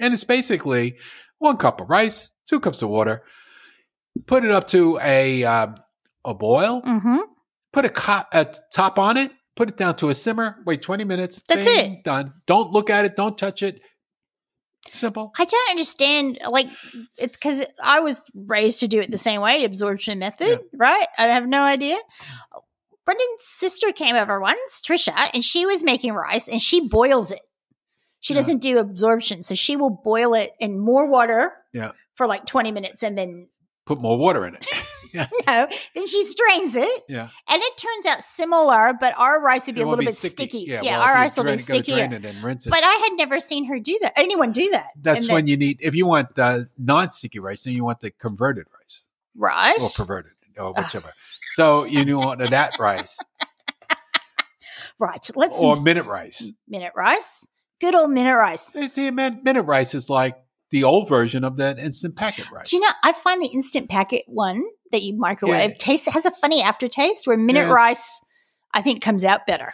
S2: and it's basically one cup of rice, two cups of water, put it up to a um, a boil,
S1: Mm-hmm.
S2: put a, co- a top on it, put it down to a simmer, wait twenty minutes.
S1: That's
S2: it. Done. Don't look at it. Don't touch it. Simple.
S1: I don't understand, like, it's because I was raised to do it the same way, absorption method, right? I have no idea. Brendan's sister came over once, Trisha, and she was making rice and she boils it. She
S2: Yeah.
S1: doesn't do absorption, so she will boil it in more water
S2: Yeah.
S1: for like 20 minutes and then
S2: Put more water in it.
S1: no, then she strains it.
S2: Yeah.
S1: And it turns out similar, but our rice would be
S2: It
S1: a
S2: won't
S1: little bit sticky. Yeah,
S2: well,
S1: our
S2: if you
S1: rice will be
S2: drain it, go
S1: stickier.
S2: Drain it and rinse it.
S1: But I had never seen her do that. Anyone do that?
S2: That's
S1: And
S2: when you need if you want uh, non-sticky rice, then you want the converted rice
S1: then- right.
S2: or perverted or
S1: Ah.
S2: whichever. so you want that rice
S1: Right. Let's
S2: or minute rice.
S1: minute rice. Good old minute rice.
S2: See, see, min- minute rice is like the old version of that instant packet rice.
S1: Do you know? I find the instant packet one that you microwave
S2: Yeah.
S1: taste has a funny aftertaste where minute
S2: Yes.
S1: rice, I think, comes out better.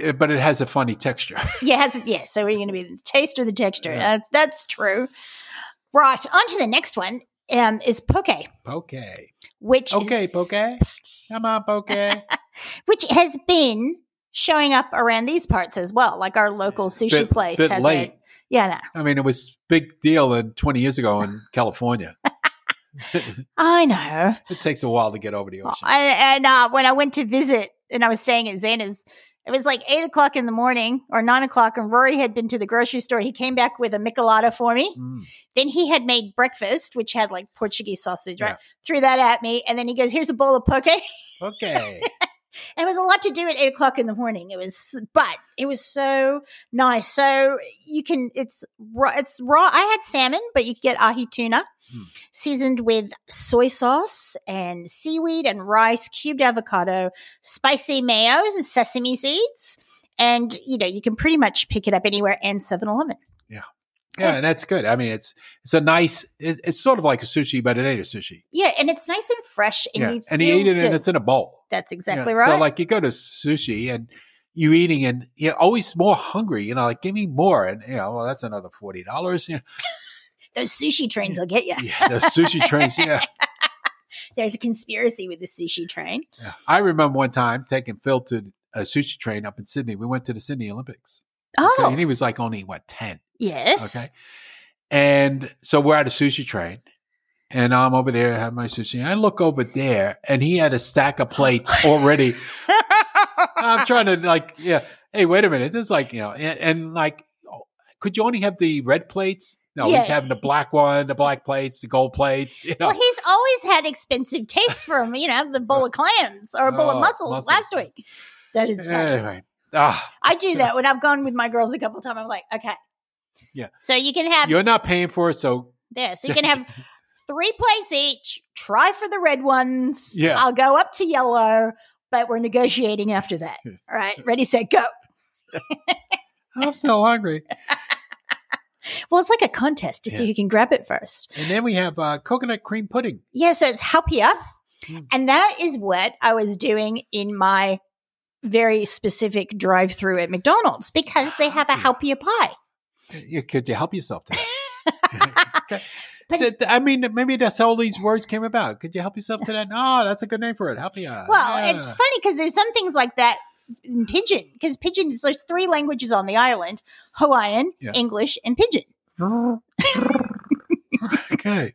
S2: Eh, but it has a funny texture.
S1: Yeah, has, yeah. So we're going to be the taste or the texture.
S2: Yeah.
S1: Uh, that's true. Right. On to the next one um, is poke,
S2: poke.
S1: which
S2: Okay,
S1: is,
S2: poke. Come on, poke.
S1: which has been showing up around these parts as well. Like our local sushi
S2: Bit-
S1: place
S2: bit
S1: has
S2: late.
S1: it. Yeah, no,
S2: I mean, it was big deal in 20 years ago in California.
S1: I know.
S2: It takes a while to get over the
S1: Well,
S2: ocean.
S1: And, and uh, when I went to visit and I was staying at Zana's, it was like eight o'clock in the morning or nine o'clock, and Rory had been to the grocery store. He came back with a Michelada for me.
S2: Mm.
S1: Then he had made breakfast, which had like Portuguese sausage, right?
S2: Yeah.
S1: Threw that at me. And then he goes, Here's a bowl of poke. And
S2: Okay.
S1: it was a lot to do at eight o'clock in the morning. It was, but it was so nice. So you can, it's raw. It's raw. I had salmon, but you could get ahi tuna
S2: Hmm.
S1: seasoned with soy sauce and seaweed and rice, cubed avocado, spicy mayos and sesame seeds. And, you know, you can pretty much pick it up anywhere and 7 Eleven.
S2: Yeah, and that's good. I mean, it's it's a nice. It, it's sort of like a sushi, but it ain't a sushi.
S1: Yeah. And it's nice and fresh. And,
S2: yeah,
S1: you
S2: and he ate it,
S1: feels
S2: and
S1: good.
S2: it's in a bowl.
S1: That's
S2: Yeah,
S1: exactly right.
S2: So like you go to sushi and you eating and you're always more hungry. You know, like give me more, and you know, well, that's another forty dollars. You know,
S1: Those sushi trains will get you.
S2: yeah, the sushi trains. Yeah.
S1: There's a conspiracy with the sushi train.
S2: yeah, I remember one time taking Phil to a sushi train up in Sydney. We went to the Sydney Olympics,
S1: Oh,
S2: okay, and he was like only what ten.
S1: yes.
S2: Okay, and so we're at a sushi train. And I'm over there, I have my sushi. I look over there, and he had a stack of plates already I'm trying to like, yeah. Hey, wait a minute. This is like, you know, and, and like, oh, could you only have the red plates? No,
S1: Yeah.
S2: he's having the black one, the black plates, the gold plates. You know,
S1: Well, he's always had expensive tastes for him, you know, the bowl of clams or a bowl of
S2: Oh,
S1: mussels,
S2: mussels.
S1: last week. That is funny.
S2: anyway. Ah,
S1: I do that when I've gone with my girls a couple times. I'm like, okay.
S2: Yeah.
S1: So you can have
S2: you're not paying for it, so
S1: this. You can have three plates each. Try for the red ones.
S2: Yeah.
S1: I'll go up to yellow, but we're negotiating after that. All right. Ready, set, go.
S2: I'm so hungry.
S1: Well, it's like a contest to see
S2: Yeah.
S1: who can grab it first.
S2: And then we have uh, coconut cream pudding.
S1: Yeah, so it's Halpia.
S2: Mm.
S1: And that is what I was doing in my very specific drive through at McDonald's because they have a Halpia pie.
S2: You- Could you help yourself to that? Okay.
S1: But it's,
S2: Th- th- I mean, maybe that's how all these words came about. Could you help yourself to that? Oh, that's a good name for it. Help you. out.
S1: well, it's
S2: Yeah.
S1: funny because there's some things like that in Pidgin because Pidgin is there's three languages on the island Hawaiian,
S2: Yeah.
S1: English, and Pidgin.
S2: okay.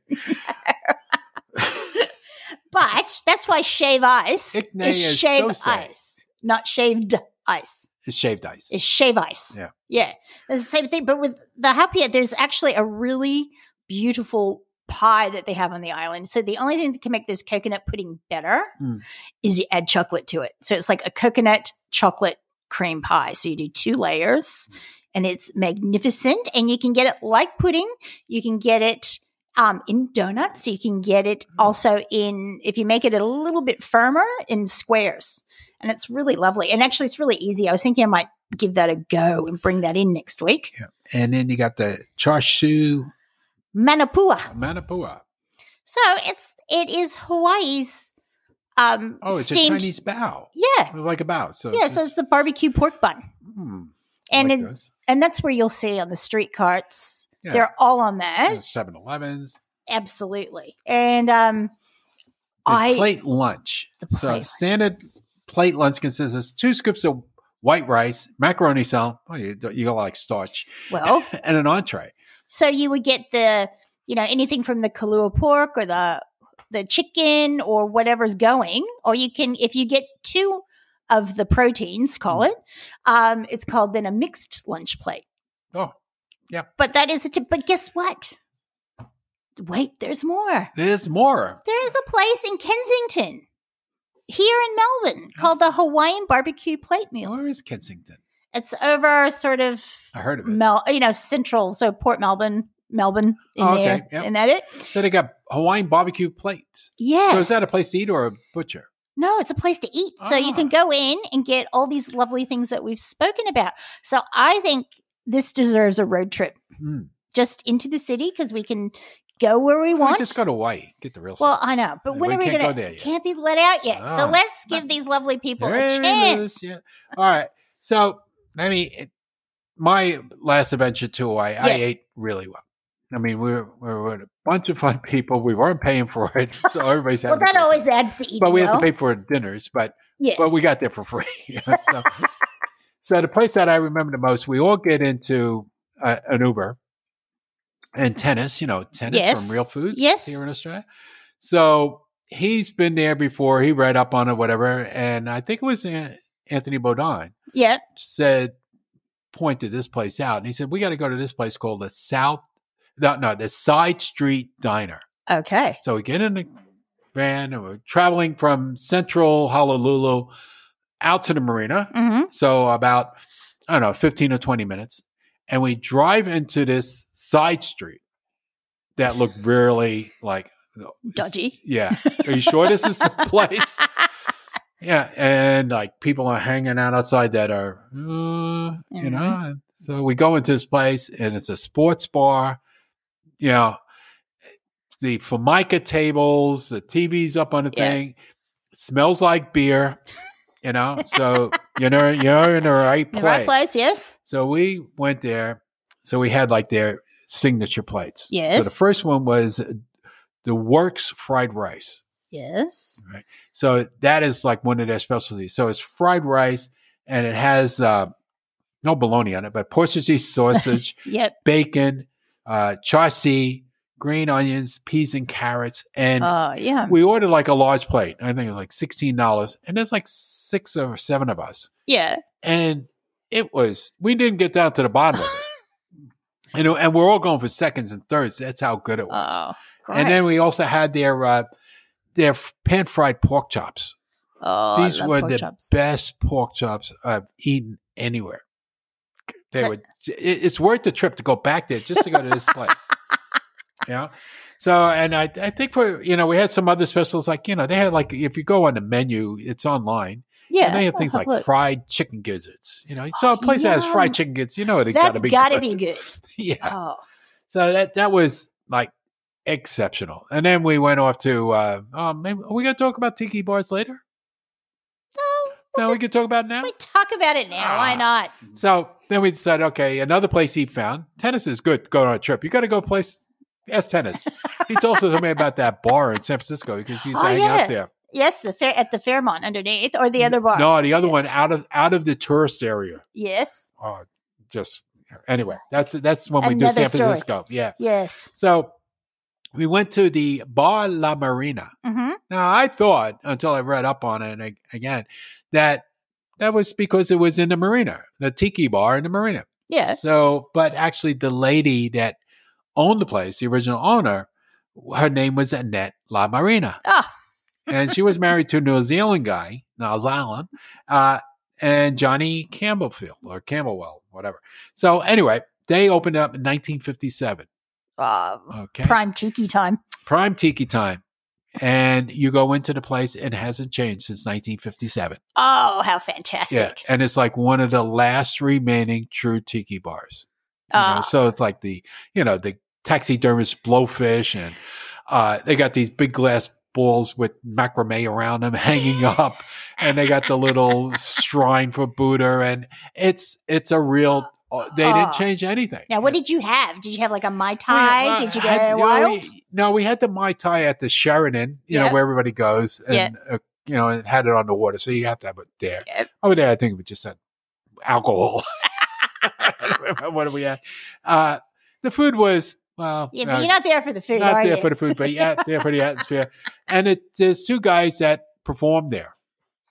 S1: But that's why shave ice
S2: Ichne
S1: is
S2: is
S1: shave
S2: dose.
S1: ice, not shaved ice.
S2: It's shaved ice.
S1: is shave ice.
S2: Yeah.
S1: Yeah. It's the same thing. But with the happy, there's actually a really beautiful pie that they have on the island. So the only thing that can make this coconut pudding better
S2: Mm.
S1: is you add chocolate to it. So it's like a coconut chocolate cream pie. So you do two layers and it's magnificent. And you can get it like pudding. You can get it um, in donuts. You can get it
S2: Hmm.
S1: also in, if you make it a little bit firmer, in squares. And it's really lovely. And actually, it's really easy. I was thinking I might give that a go and bring that in next week.
S2: And then you got the char siu
S1: Manapua.
S2: manapua.
S1: So it's it is Hawaii's um,
S2: Oh, it's
S1: steamed.
S2: a Chinese bao.
S1: yeah,
S2: Like a bao. So
S1: yeah. So it's the barbecue pork bun,
S2: hmm, I
S1: and
S2: like
S1: in,
S2: those.
S1: and that's where you'll see on the street carts.
S2: Yeah.
S1: They're all on that,
S2: 7 Elevens.
S1: absolutely. And um,
S2: the
S1: I
S2: plate lunch.
S1: The
S2: so
S1: plate lunch.
S2: standard plate lunch consists of two scoops of white rice, macaroni salad. Well, you, you like starch,
S1: well,
S2: and an entree.
S1: so you would get the you know anything from the Kalua pork or the the chicken or whatever's going, or you can if you get two of the proteins,
S2: Mm.
S1: call it. Um, it's called then a mixed lunch plate.
S2: Oh,
S1: But that is a tip. But guess what? Wait, there's more.
S2: there's more.
S1: There is a place in Kensington, here in Melbourne,
S2: Mm.
S1: called the Hawaiian Barbecue Plate Meals.
S2: Where is Kensington?
S1: it's over sort of
S2: I heard of it.
S1: Mel, you know, central, so Port Melbourne, Melbourne in
S2: Oh, okay,
S1: there,
S2: yep.
S1: and that it.
S2: so they got Hawaiian barbecue plates.
S1: Yes.
S2: So is that a place to eat or a butcher?
S1: No, it's a place to eat. So you
S2: Ah.
S1: can go in and get all these lovely things that we've spoken about. So I think this deserves a road trip
S2: Mm.
S1: just into the city because we can go where we want.
S2: just go to Hawaii. Get the real
S1: Well,
S2: stuff.
S1: I know, but
S2: Yeah,
S1: when
S2: we
S1: are we
S2: can't
S1: going
S2: go there
S1: to?
S2: yet.
S1: Can't be let out yet. So
S2: Ah.
S1: let's give these lovely people
S2: There
S1: a
S2: it
S1: chance.
S2: is, Yeah. All right. So I mean, it, my last adventure to Hawaii, I
S1: Yes.
S2: ate really well. I mean, we were, we were with a bunch of fun people. We weren't paying for it, so everybody's
S1: Well,
S2: having. a
S1: that
S2: good
S1: always
S2: time.
S1: adds to eating.
S2: But we had to
S1: well.
S2: pay for dinners, but
S1: Yes.
S2: but we got there for free. so, so the place that I remember the most, we all get into uh, an Uber and tennis, you know, tennis
S1: Yes.
S2: from Real Foods
S1: Yes.
S2: here in Australia. So he's been there before. He read up on it, whatever. And I think it was An- Anthony Bodine
S1: Yeah.
S2: said, pointed this place out. And he said, we got to go to this place called the South, no, no, the Side Street Diner.
S1: Okay.
S2: So we get in the van and we're traveling from central Honolulu out to the marina.
S1: Mm-hmm.
S2: So about, I don't know, 15 or 20 minutes. And we drive into this side street that looked really like
S1: Dodgy.
S2: Yeah. Are you sure this is the place? Yeah. And like people are hanging out outside that are, uh, you
S1: Mhm.
S2: know. and So we go into this place and it's a sports bar. You know, the Formica tables, the TV's up on the
S1: Yeah.
S2: thing. smells like beer, you know. So you know you're in the right
S1: The
S2: place.
S1: right place. Yes.
S2: So we went there. So we had like their signature plates. So the
S1: Yes.
S2: first one was the Works fried rice.
S1: Yes.
S2: So that is like one of their specialties. So it's fried rice and it has uh, no bologna on it, but Portuguese sausage,
S1: Yep.
S2: bacon, uh, char siu, green onions, peas and carrots. And
S1: Oh, yeah.
S2: we ordered like a large plate. I think it was like $16. And there's like six or seven of us
S1: Yeah.
S2: and it was we didn't get down to the bottom of it you know and we're all going for seconds and thirds that's how good it was
S1: Oh, great.
S2: and then we also had their uh their pan fried pork chops
S1: oh,
S2: these
S1: I love
S2: were
S1: pork
S2: the
S1: chops.
S2: best pork chops i've eaten anywhere they
S1: So-
S2: were it, it's worth the trip to go back there just to go to this place yeah so and I, I think for you know we had some other specials like you know they had like if you go on the menu it's online
S1: Yeah.
S2: and they have
S1: I'll
S2: things
S1: have
S2: like
S1: a look.
S2: fried chicken gizzards. You know, so a place that has
S1: yum.
S2: fried chicken gizzards, you know, it's got
S1: Oh, That's
S2: to be
S1: gotta
S2: good.
S1: be good.
S2: yeah.
S1: Oh,
S2: So that that was like exceptional. And then we went off to uh, oh, maybe are we gonna talk about tiki bars later?
S1: so
S2: No,
S1: we'll
S2: we
S1: just,
S2: can talk about it now.
S1: we talk about it now. Why
S2: Ah.
S1: not?
S2: So then we decided, okay, another place he found. Tennis is good going on a trip. You got to go place. Ask tennis. he told us something about that bar in San Francisco because he's
S1: Oh,
S2: hanging
S1: yeah.
S2: out there.
S1: Yes, the fair at the Fairmont underneath, or the other bar.
S2: No, the other one out of out of the tourist area.
S1: Yes.
S2: Oh, just anyway. That's that's when we do
S1: Another
S2: San
S1: story.
S2: Francisco. Yeah.
S1: Yes.
S2: So we went to the Bar La Marina.
S1: Mm-hmm.
S2: Now I thought until I read up on it ag- again that that was because it was in the marina, the tiki bar in the marina.
S1: Yeah.
S2: So, but actually, the lady that owned the place, the original owner, her name was Annette La Marina,
S1: Ah.
S2: and she was married to a New Zealand guy, New Zealand, uh, and Johnny Campbellfield or Campbellwell, whatever. So anyway, they opened up in 1957.
S1: uh,
S2: Okay.
S1: prime tiki time.
S2: Prime Tiki time. And you go into the place, and it hasn't changed since 1957.
S1: Oh, how fantastic!
S2: Yeah. And it's like one of the last remaining true tiki bars. You know,
S1: Uh,
S2: so it's like the, you know, the taxidermist blowfish and uh, they got these big glass balls with macrame around them hanging up and they got the little shrine for Buddha and it's, it's a real, uh, they
S1: Oh.
S2: didn't change anything.
S1: now, what did you have? Did you have like a mai
S2: We-
S1: tai?
S2: well,
S1: did you
S2: I
S1: get
S2: had-
S1: a
S2: you know,
S1: wild?
S2: we- no, we had the Mai Tai at the Sheridan, you
S1: Yeah.
S2: know, where everybody goes. And,
S1: Yeah.
S2: uh, you know, it had it on the water. So you have to have it there.
S1: Yep.
S2: Over there, I think we just had alcohol. what do we have? Uh, the food was, well,
S1: Yeah,
S2: uh,
S1: but you're not there for the food,
S2: not
S1: are
S2: there
S1: you?
S2: for the food, but yeah, there for the atmosphere. And it, there's two guys that perform there.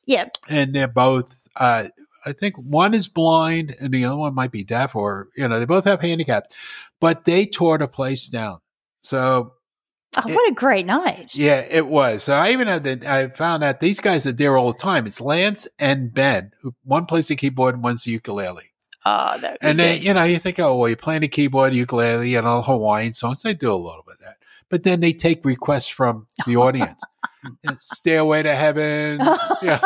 S1: Yeah.
S2: And they're both, uh, I think one is blind and the other one might be deaf or, you know, they both have handicaps, but they tore the place down. So
S1: oh, what a great night!
S2: yeah, it was. So I even had the, I found out these guys are there all the time. It's Lance and Ben. who- One plays the keyboard and one's the ukulele.
S1: Oh, that
S2: And then, you know, you think, oh, well, you're playing the keyboard, ukulele, and all Hawaiian songs. They do a little bit of that. But then they take requests from the audience. And Stairway to Heaven. Yeah.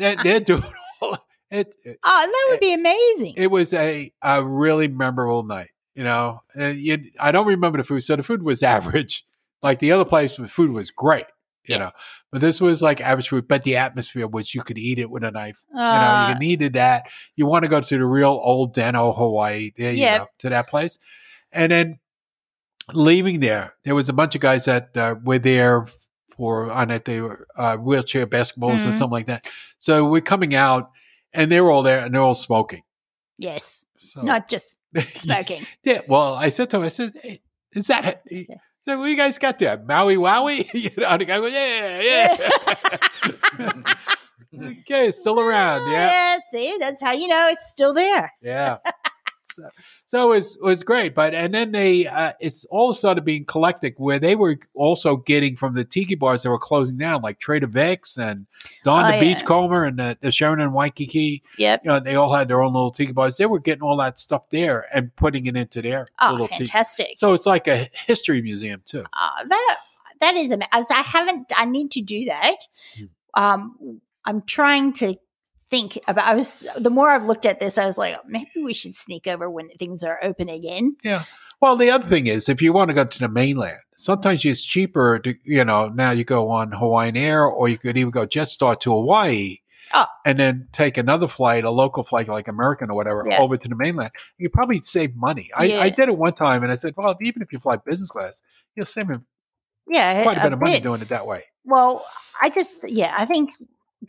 S2: They're, they're doing all it. It,
S1: oh, that would be amazing.
S2: it was a, a really memorable night, you know. And you, I don't remember the food. So the food was average. Like the other place, the food was great, you know. But this was like average food, but the atmosphere was you could eat it with a knife you know,
S1: Uh,
S2: you needed that. You want to go to the real old Dano, Hawaii, there you
S1: Yeah.
S2: go, to that place. And then leaving there, there was a bunch of guys that uh, were there for, I know they were uh, wheelchair basketballs or
S1: Mhm.
S2: something like that. So we're coming out and they were all there and they're all smoking.
S1: yes,
S2: So,
S1: not just smoking.
S2: Oh. yeah, well, I said to him, I said, "Hey, is that, he said, what you guys got there? Maui Wowie? you know, and the guy goes, yeah, yeah. okay, it's still around.
S1: Oh,
S2: Yeah.
S1: See, that's how you know it's still there.
S2: Yeah. so, so it was it was great, but and then they uh, it's all started being collected where they were also getting from the tiki bars that were closing down, like Trader Vic's and Don
S1: Oh,
S2: the
S1: yeah.
S2: Beachcomber and the, the Sharon and Waikiki.
S1: Yep.
S2: You know, they all had their own little tiki bars. They were getting all that stuff there and putting it into their
S1: Oh,
S2: little tiki.
S1: fantastic.
S2: So it's like a history museum too.
S1: Ah, that that is ama- as I haven't. I need to do that.
S2: Hmm.
S1: Um, I'm trying to think about. I was the more I've looked at this, I was like, maybe we should sneak over when things are open again.
S2: Well, the other thing is, if you want to go to the mainland, sometimes it's cheaper to, you know, now you go on Hawaiian Air or you could even go Jetstar to Hawaii
S1: Oh.
S2: and then take another flight, a local flight like American or whatever,
S1: Yeah.
S2: over to the mainland. You probably save money. I,
S1: Yeah.
S2: I did it one time and I said, well, even if you fly business class, you'll save
S1: Yeah,
S2: quite a bit of money doing it that way.
S1: Well, I just yeah, I think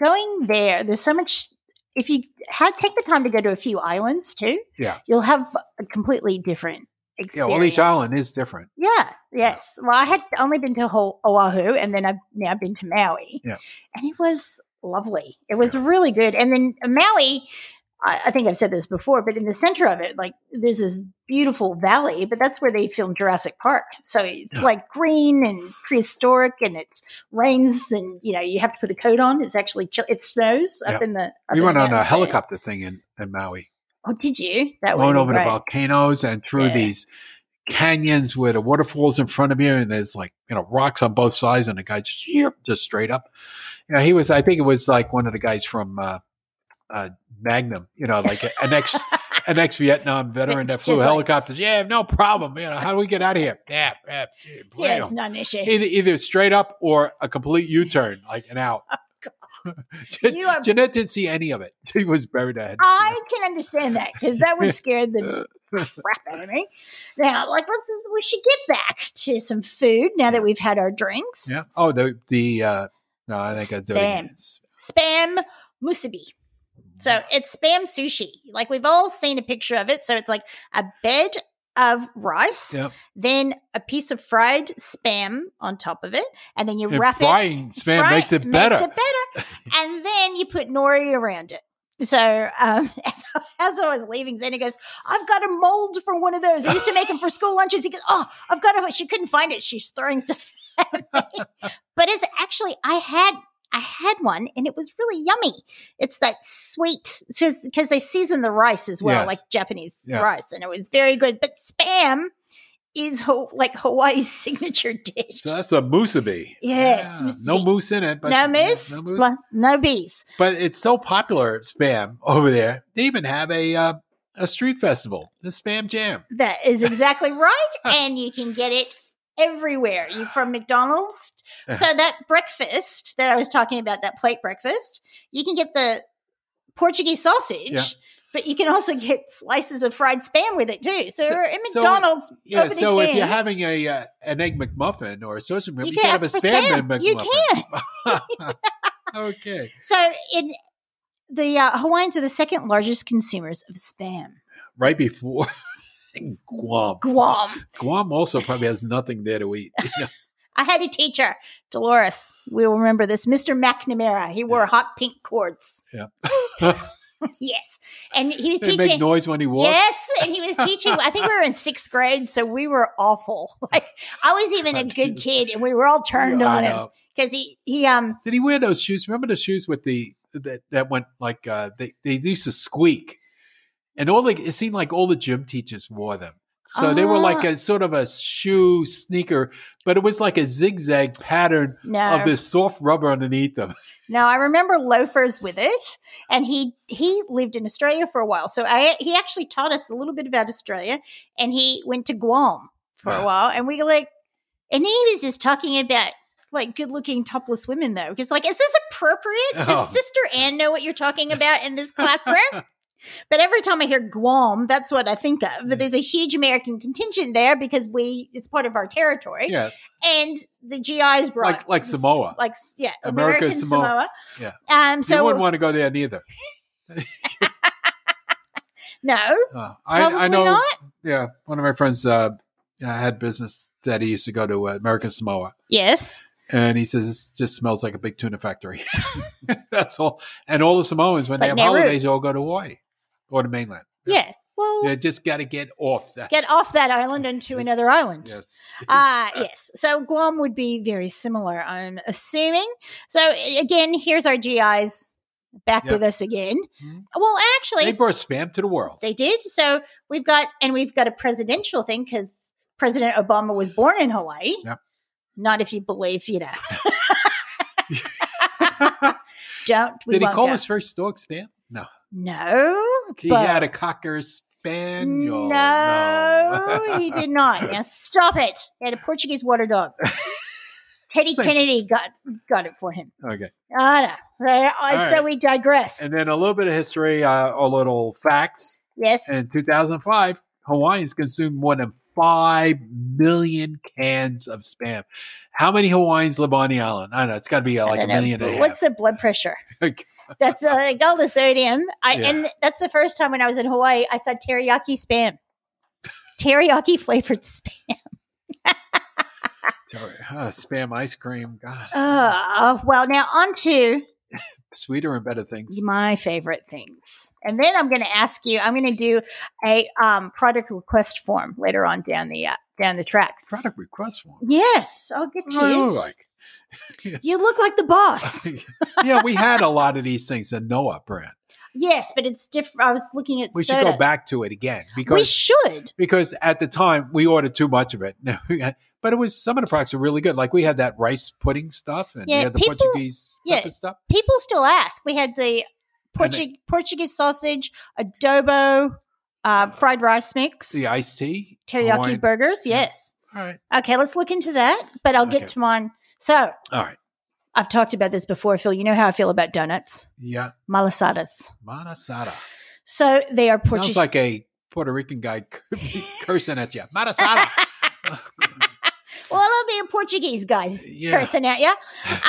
S1: going there, there's so much. If you had take the time to go to a few islands too,
S2: Yeah.
S1: you'll have a completely different
S2: Yeah,
S1: experience.
S2: well, each island is different.
S1: Yeah. Yes. Well, I had only been to Ho- Oahu, and then I've now been to Maui.
S2: Yeah.
S1: And it was lovely. It was really good. And then uh, Maui, I, I think I've said this before, but in the center of it, like there's this beautiful valley, but that's where they filmed Jurassic Park. So it's
S2: Yeah.
S1: like green and prehistoric, and it's rains, and you know you have to put a coat on. It's actually chill. It snows up
S2: Yeah.
S1: in the. Up
S2: We
S1: in
S2: went
S1: the
S2: on
S1: mountains
S2: a
S1: there.
S2: helicopter thing in, in Maui.
S1: Oh, did you? That
S2: going
S1: would be
S2: over the
S1: great.
S2: volcanoes and through
S1: Yeah.
S2: these canyons where the waterfalls in front of you and there's like you know rocks on both sides and the guy just yep, just straight up you know he was i think it was like one of the guys from uh uh magnum you know like an ex an ex-vietnam veteran that
S1: Just
S2: flew
S1: like-
S2: helicopters yeah no problem you know how do we get out of here yeah, yeah, gee,
S1: Yeah,
S2: blam.
S1: it's not an issue.
S2: Either, either straight up or a complete u-turn like an out Jan-
S1: Oh, You are-
S2: Jeanette didn't see any of it. She was buried ahead.
S1: I can understand that because that would scare the crap out of me. Now, like, let's we should get back to some food now that we've had our drinks.
S2: Yeah. Oh, the the uh no, I think I do.
S1: Spam.
S2: it.
S1: Spam musubi. So
S2: Mm.
S1: it's spam sushi. Like we've all seen a picture of it. So it's like a bed of rice,
S2: Yep.
S1: then a piece of fried spam on top of it, and then you
S2: And
S1: wrap it
S2: frying spam
S1: Fry-
S2: makes it better.
S1: Makes it better. and then you put nori around it. So um, as, as I was leaving, Zena goes, "I've got a mold for one of those. I used to make them for school lunches." He goes, "Oh, I've got a." She couldn't find it. She's throwing stuff at me. but it's actually I had I had one, and it was really yummy. It's that sweet because they season the rice as well,
S2: Yes.
S1: like Japanese
S2: Yeah.
S1: rice, and it was very good. But spam is ho- like Hawaii's signature dish.
S2: So that's a musubi.
S1: Yes,
S2: Yeah,
S1: musubi.
S2: No moose in it. But
S1: no moose,
S2: No moose.
S1: lo- no bees.
S2: But it's so popular, spam, over there. They even have a uh, a street festival, the Spam Jam.
S1: That is exactly right, and you can get it everywhere. You from McDonald's.
S2: Uh-huh.
S1: So that breakfast that I was talking about, that plate breakfast, you can get the Portuguese sausage.
S2: Yeah.
S1: But you can also get slices of fried spam with it too. So,
S2: So-
S1: at
S2: so-
S1: McDonald's,
S2: Yeah,
S1: opening
S2: so if you're
S1: things,
S2: having a uh, an egg McMuffin or a sausage McMuffin,
S1: you
S2: you,
S1: can
S2: can't
S1: ask
S2: have
S1: for
S2: a Spam,
S1: spam.
S2: McMuffin.
S1: You can.
S2: okay.
S1: So in the uh, Hawaiians are the second largest consumers of spam.
S2: Right before Guam.
S1: Guam.
S2: Guam also probably has nothing there to eat. you know.
S1: I had a teacher, Dolores. We will remember this, Mr. McNamara. He wore hot pink cords.
S2: Yeah.
S1: yes, and he was
S2: They
S1: teaching.
S2: make noise when he walks.
S1: Yes, and he was teaching. I think we were in sixth grade, so we were awful. Like I was even a good kid, and we were all turned
S2: Yeah, I
S1: on him
S2: know.
S1: because he he um
S2: Did he wear those shoes? Remember the shoes with the that, that went like uh they, they used to squeak. And all the it seemed like all the gym teachers wore them. So they were
S1: Ah.
S2: like a sort of a shoe sneaker, but it was like a zigzag pattern
S1: no
S2: of this soft rubber underneath them.
S1: No, I remember loafers with it, and he he lived in Australia for a while. So I he actually taught us a little bit about Australia, and he went to Guam for a
S2: Wow.
S1: while, and we were like, and he was just talking about like good looking topless women though, because like is this appropriate?
S2: Oh.
S1: Does Sister Anne know what you're talking about in this classroom? But every time I hear Guam, that's what I think of. But there's a huge American contingent there because we it's part of our territory,
S2: Yeah.
S1: and the GIs brought
S2: Like- like Samoa.
S1: like yeah,
S2: America,
S1: American Samoa.
S2: Samoa.
S1: Um,
S2: you wouldn't
S1: so
S2: want to go there neither.
S1: no,
S2: Uh,
S1: probably
S2: I, I know.
S1: not.
S2: Yeah, one of my friends uh, had business that he used to go to uh, American Samoa,
S1: Yes,
S2: and he says this just smells like a big tuna factory. That's all. And all the Samoans when
S1: It's
S2: they
S1: like
S2: have
S1: Nauru.
S2: holidays, they all go to Hawaii or the mainland.
S1: yeah. Well,
S2: They just got to get off that.
S1: get off that island onto
S2: Yes.
S1: another island.
S2: yes.
S1: Uh, yes. So Guam would be very similar, I'm assuming. So a- again, here's our GIs back
S2: Yeah.
S1: with us again.
S2: Mhm.
S1: Well, actually,
S2: They brought spam to the world.
S1: They did. So we've got, and we've got a presidential thing because President Obama was born in Hawaii.
S2: Yep.
S1: Not if you believe, you know. Don't we
S2: Did he
S1: won't
S2: call
S1: go.
S2: his first dog spam? No.
S1: No,
S2: He
S1: but
S2: had a cocker spaniel.
S1: no, he did not. Now stop it. He had a Portuguese water dog. Teddy
S2: It's like-
S1: Kennedy got got it for him.
S2: okay.
S1: Ah, no. Uh, So
S2: right.
S1: we digress.
S2: And then a little bit of history, uh, a little facts.
S1: yes.
S2: In 2005, Hawaiians consumed more than 5 million cans of spam. How many Hawaiians live on the island? I don't know. It's got to be uh,
S1: I
S2: like a
S1: don't know.
S2: million and a
S1: What's
S2: half.
S1: the blood pressure? That's uh, like all the sodium. I
S2: Yeah.
S1: and that's the first time when I was in Hawaii, I saw teriyaki spam, teriyaki flavored spam.
S2: Sorry. Uh, spam ice cream. God.
S1: Uh, well, now on to
S2: Sweeter and better things.
S1: my favorite things, and then I'm going to ask you. I'm going to do a um, product request form later on down the uh, down the track.
S2: Product request form.
S1: Yes, I'll get
S2: What
S1: to
S2: do I
S1: you.
S2: look Oh, like?
S1: You look like the boss.
S2: yeah, we had a lot of these things in Noah brand.
S1: yes, but it's different. I was looking at.
S2: We should
S1: sodas.
S2: go back to it again
S1: We
S2: because
S1: should.
S2: because at the time we ordered too much of it. but it was some of the products were really good. Like we had that rice pudding stuff and
S1: Yeah,
S2: we had the
S1: people-
S2: Portuguese
S1: yeah.
S2: pepper stuff.
S1: People still ask. We had the
S2: And
S1: Portu- Portuguese sausage, adobo, uh, fried rice mix,
S2: The iced tea,
S1: teriyaki
S2: Hawaiian.
S1: burgers.
S2: Yeah.
S1: Yes.
S2: All right,
S1: Okay, let's look into that, but I'll
S2: Okay.
S1: get to mine. So
S2: all right.
S1: I've talked about this before, Phil. You know how I feel about donuts,
S2: Yeah,
S1: malasadas.
S2: manasada.
S1: So they are
S2: Sounds
S1: Portuguese.
S2: like a Puerto Rican guy cursing at you. Manasada.
S1: well, it'll be in Portuguese, guys.
S2: Yeah.
S1: Cursing at you.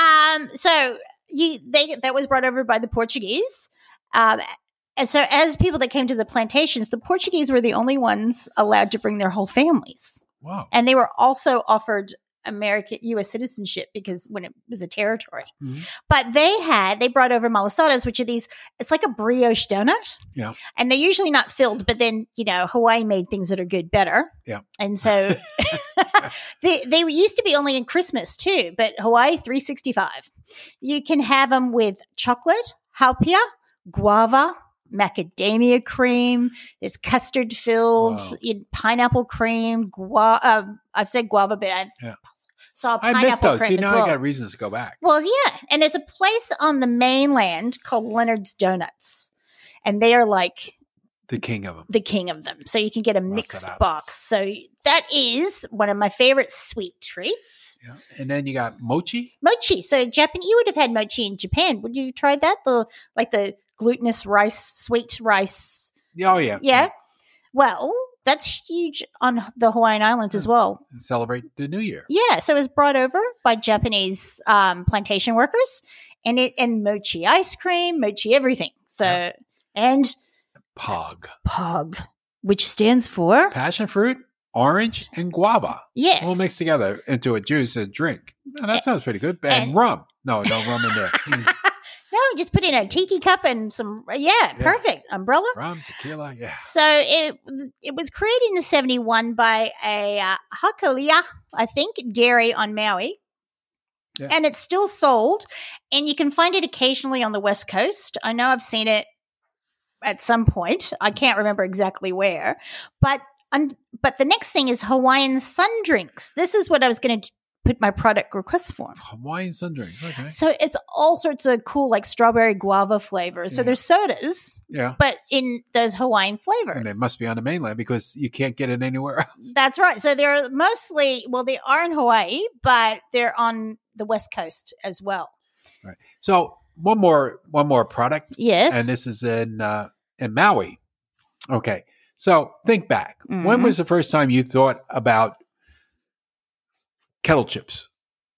S1: Um, so you they that was brought over by the Portuguese. Um, and so as people that came to the plantations, the Portuguese were the only ones allowed to bring their whole families.
S2: wow.
S1: and they were also offered American U.S. citizenship because when it was a territory.
S2: Mhm.
S1: But they had they brought over malasadas, which are these. It's like a brioche donut.
S2: Yeah.
S1: and they're usually not filled, but then you know Hawaii made things that are good better.
S2: Yeah.
S1: and so they they used to be only in Christmas too, but Hawaii 365. You can have them with chocolate, haupia, guava, macadamia cream. There's custard filled
S2: Wow.
S1: in pineapple cream. Gua- um, I've said guava, but I
S2: Yeah.
S1: saw pineapple
S2: I missed those.
S1: cream
S2: See,
S1: as
S2: now
S1: well.
S2: I got reasons to go back.
S1: Well, yeah. And there's a place on the mainland called Leonard's Donuts. And they are like
S2: The king of them.
S1: the king of them. So you can get a mixed
S2: that up.
S1: box. So that is one of my favorite sweet treats.
S2: Yeah. And then you got mochi.
S1: Mochi. So Japan you would have had mochi in Japan. Would you try that? The like the glutinous rice, sweet rice.
S2: Oh, yeah.
S1: Yeah. Well, that's huge on the Hawaiian Islands as well.
S2: And celebrate the new year.
S1: Yeah, so it was brought over by Japanese um, plantation workers, and it and mochi ice cream, mochi everything. So
S2: Yeah.
S1: and
S2: Pog.
S1: pog, which stands for
S2: Passion fruit, orange, and guava.
S1: yes,
S2: All mixed together into a juice and drink. Now, that sounds pretty good. And,
S1: and-
S2: rum. No, no rum in there.
S1: no, just put in a tiki cup and some yeah, perfect umbrella.
S2: rum, tequila. Yeah.
S1: So it it was created in '71 by a uh, Hakalia, I think, dairy on Maui,
S2: Yeah.
S1: and it's still sold, and you can find it occasionally on the West Coast. I know I've seen it at some point. I can't remember exactly where, but and but the next thing is Hawaiian sun drinks. This is what I was going to put my product request for.
S2: Hawaiian sun drinks. Okay.
S1: So it's all sorts of cool, like strawberry guava flavors. So
S2: Yeah.
S1: there's sodas,
S2: Yeah.
S1: but in those Hawaiian flavors.
S2: And it must be on the mainland because you can't get it anywhere else.
S1: That's right. So they're mostly, well, they are in Hawaii, but they're on the West Coast as well.
S2: So one more one more product,
S1: Yes.
S2: and this is in uh, in Maui. Okay, so think back. When
S1: Mhm.
S2: was the first time you thought about kettle chips?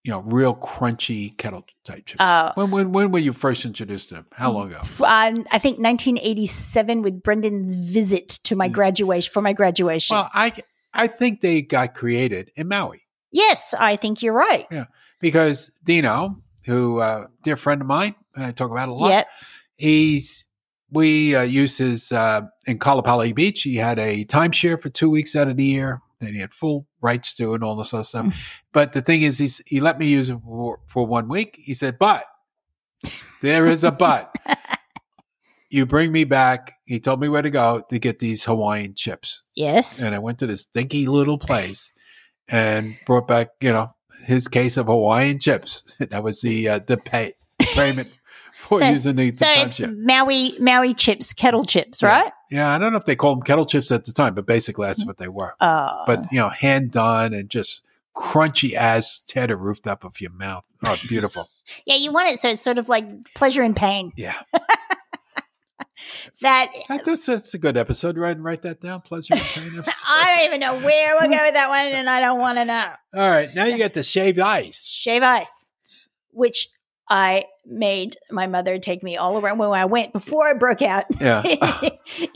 S2: You know, real crunchy kettle type chips.
S1: uh, Mm-hmm.
S2: when, when when were you first introduced to them? How long ago?
S1: f- on, I think 1987 with Brendan's visit to my
S2: Mm.
S1: graduation, for my graduation.
S2: Well, I I think they got created in Maui
S1: yes, I think you're right.
S2: because Dino, who uh, dear friend of mine, I talk about a lot.
S1: Yep.
S2: he's we uh, used his uh, in Kalapali Beach. He had a timeshare for two weeks out of the year. Then he had full rights to it and all this other
S1: Hmm.
S2: stuff. but the thing is, he's, he let me use it for, for one week. He said, "But there is a but. you bring me back." He told me where to go to get these Hawaiian chips,
S1: Yes.
S2: and I went to this dinky little place and brought back, you know, his case of Hawaiian chips. that was the uh, the pay payment for
S1: So-
S2: using the, the
S1: So it's
S2: timeshare.
S1: Maui Maui chips, kettle chips,
S2: Yeah.
S1: right?
S2: Yeah, I don't know if they called them kettle chips at the time, but basically that's what they were.
S1: Uh,
S2: But you know, hand done and just crunchy as cheddar roofed up of your mouth. Oh, beautiful.
S1: yeah, you want it so it's sort of like pleasure and pain.
S2: yeah,
S1: That
S2: that, that's that's a good episode. Right, write that down. Pleasure. and pain episode.
S1: I don't even know where we're going with that one, and I don't want to know.
S2: All right, now you got the shaved ice.
S1: shave ice, which I made my mother take me all around when I went before I broke out
S2: Yeah,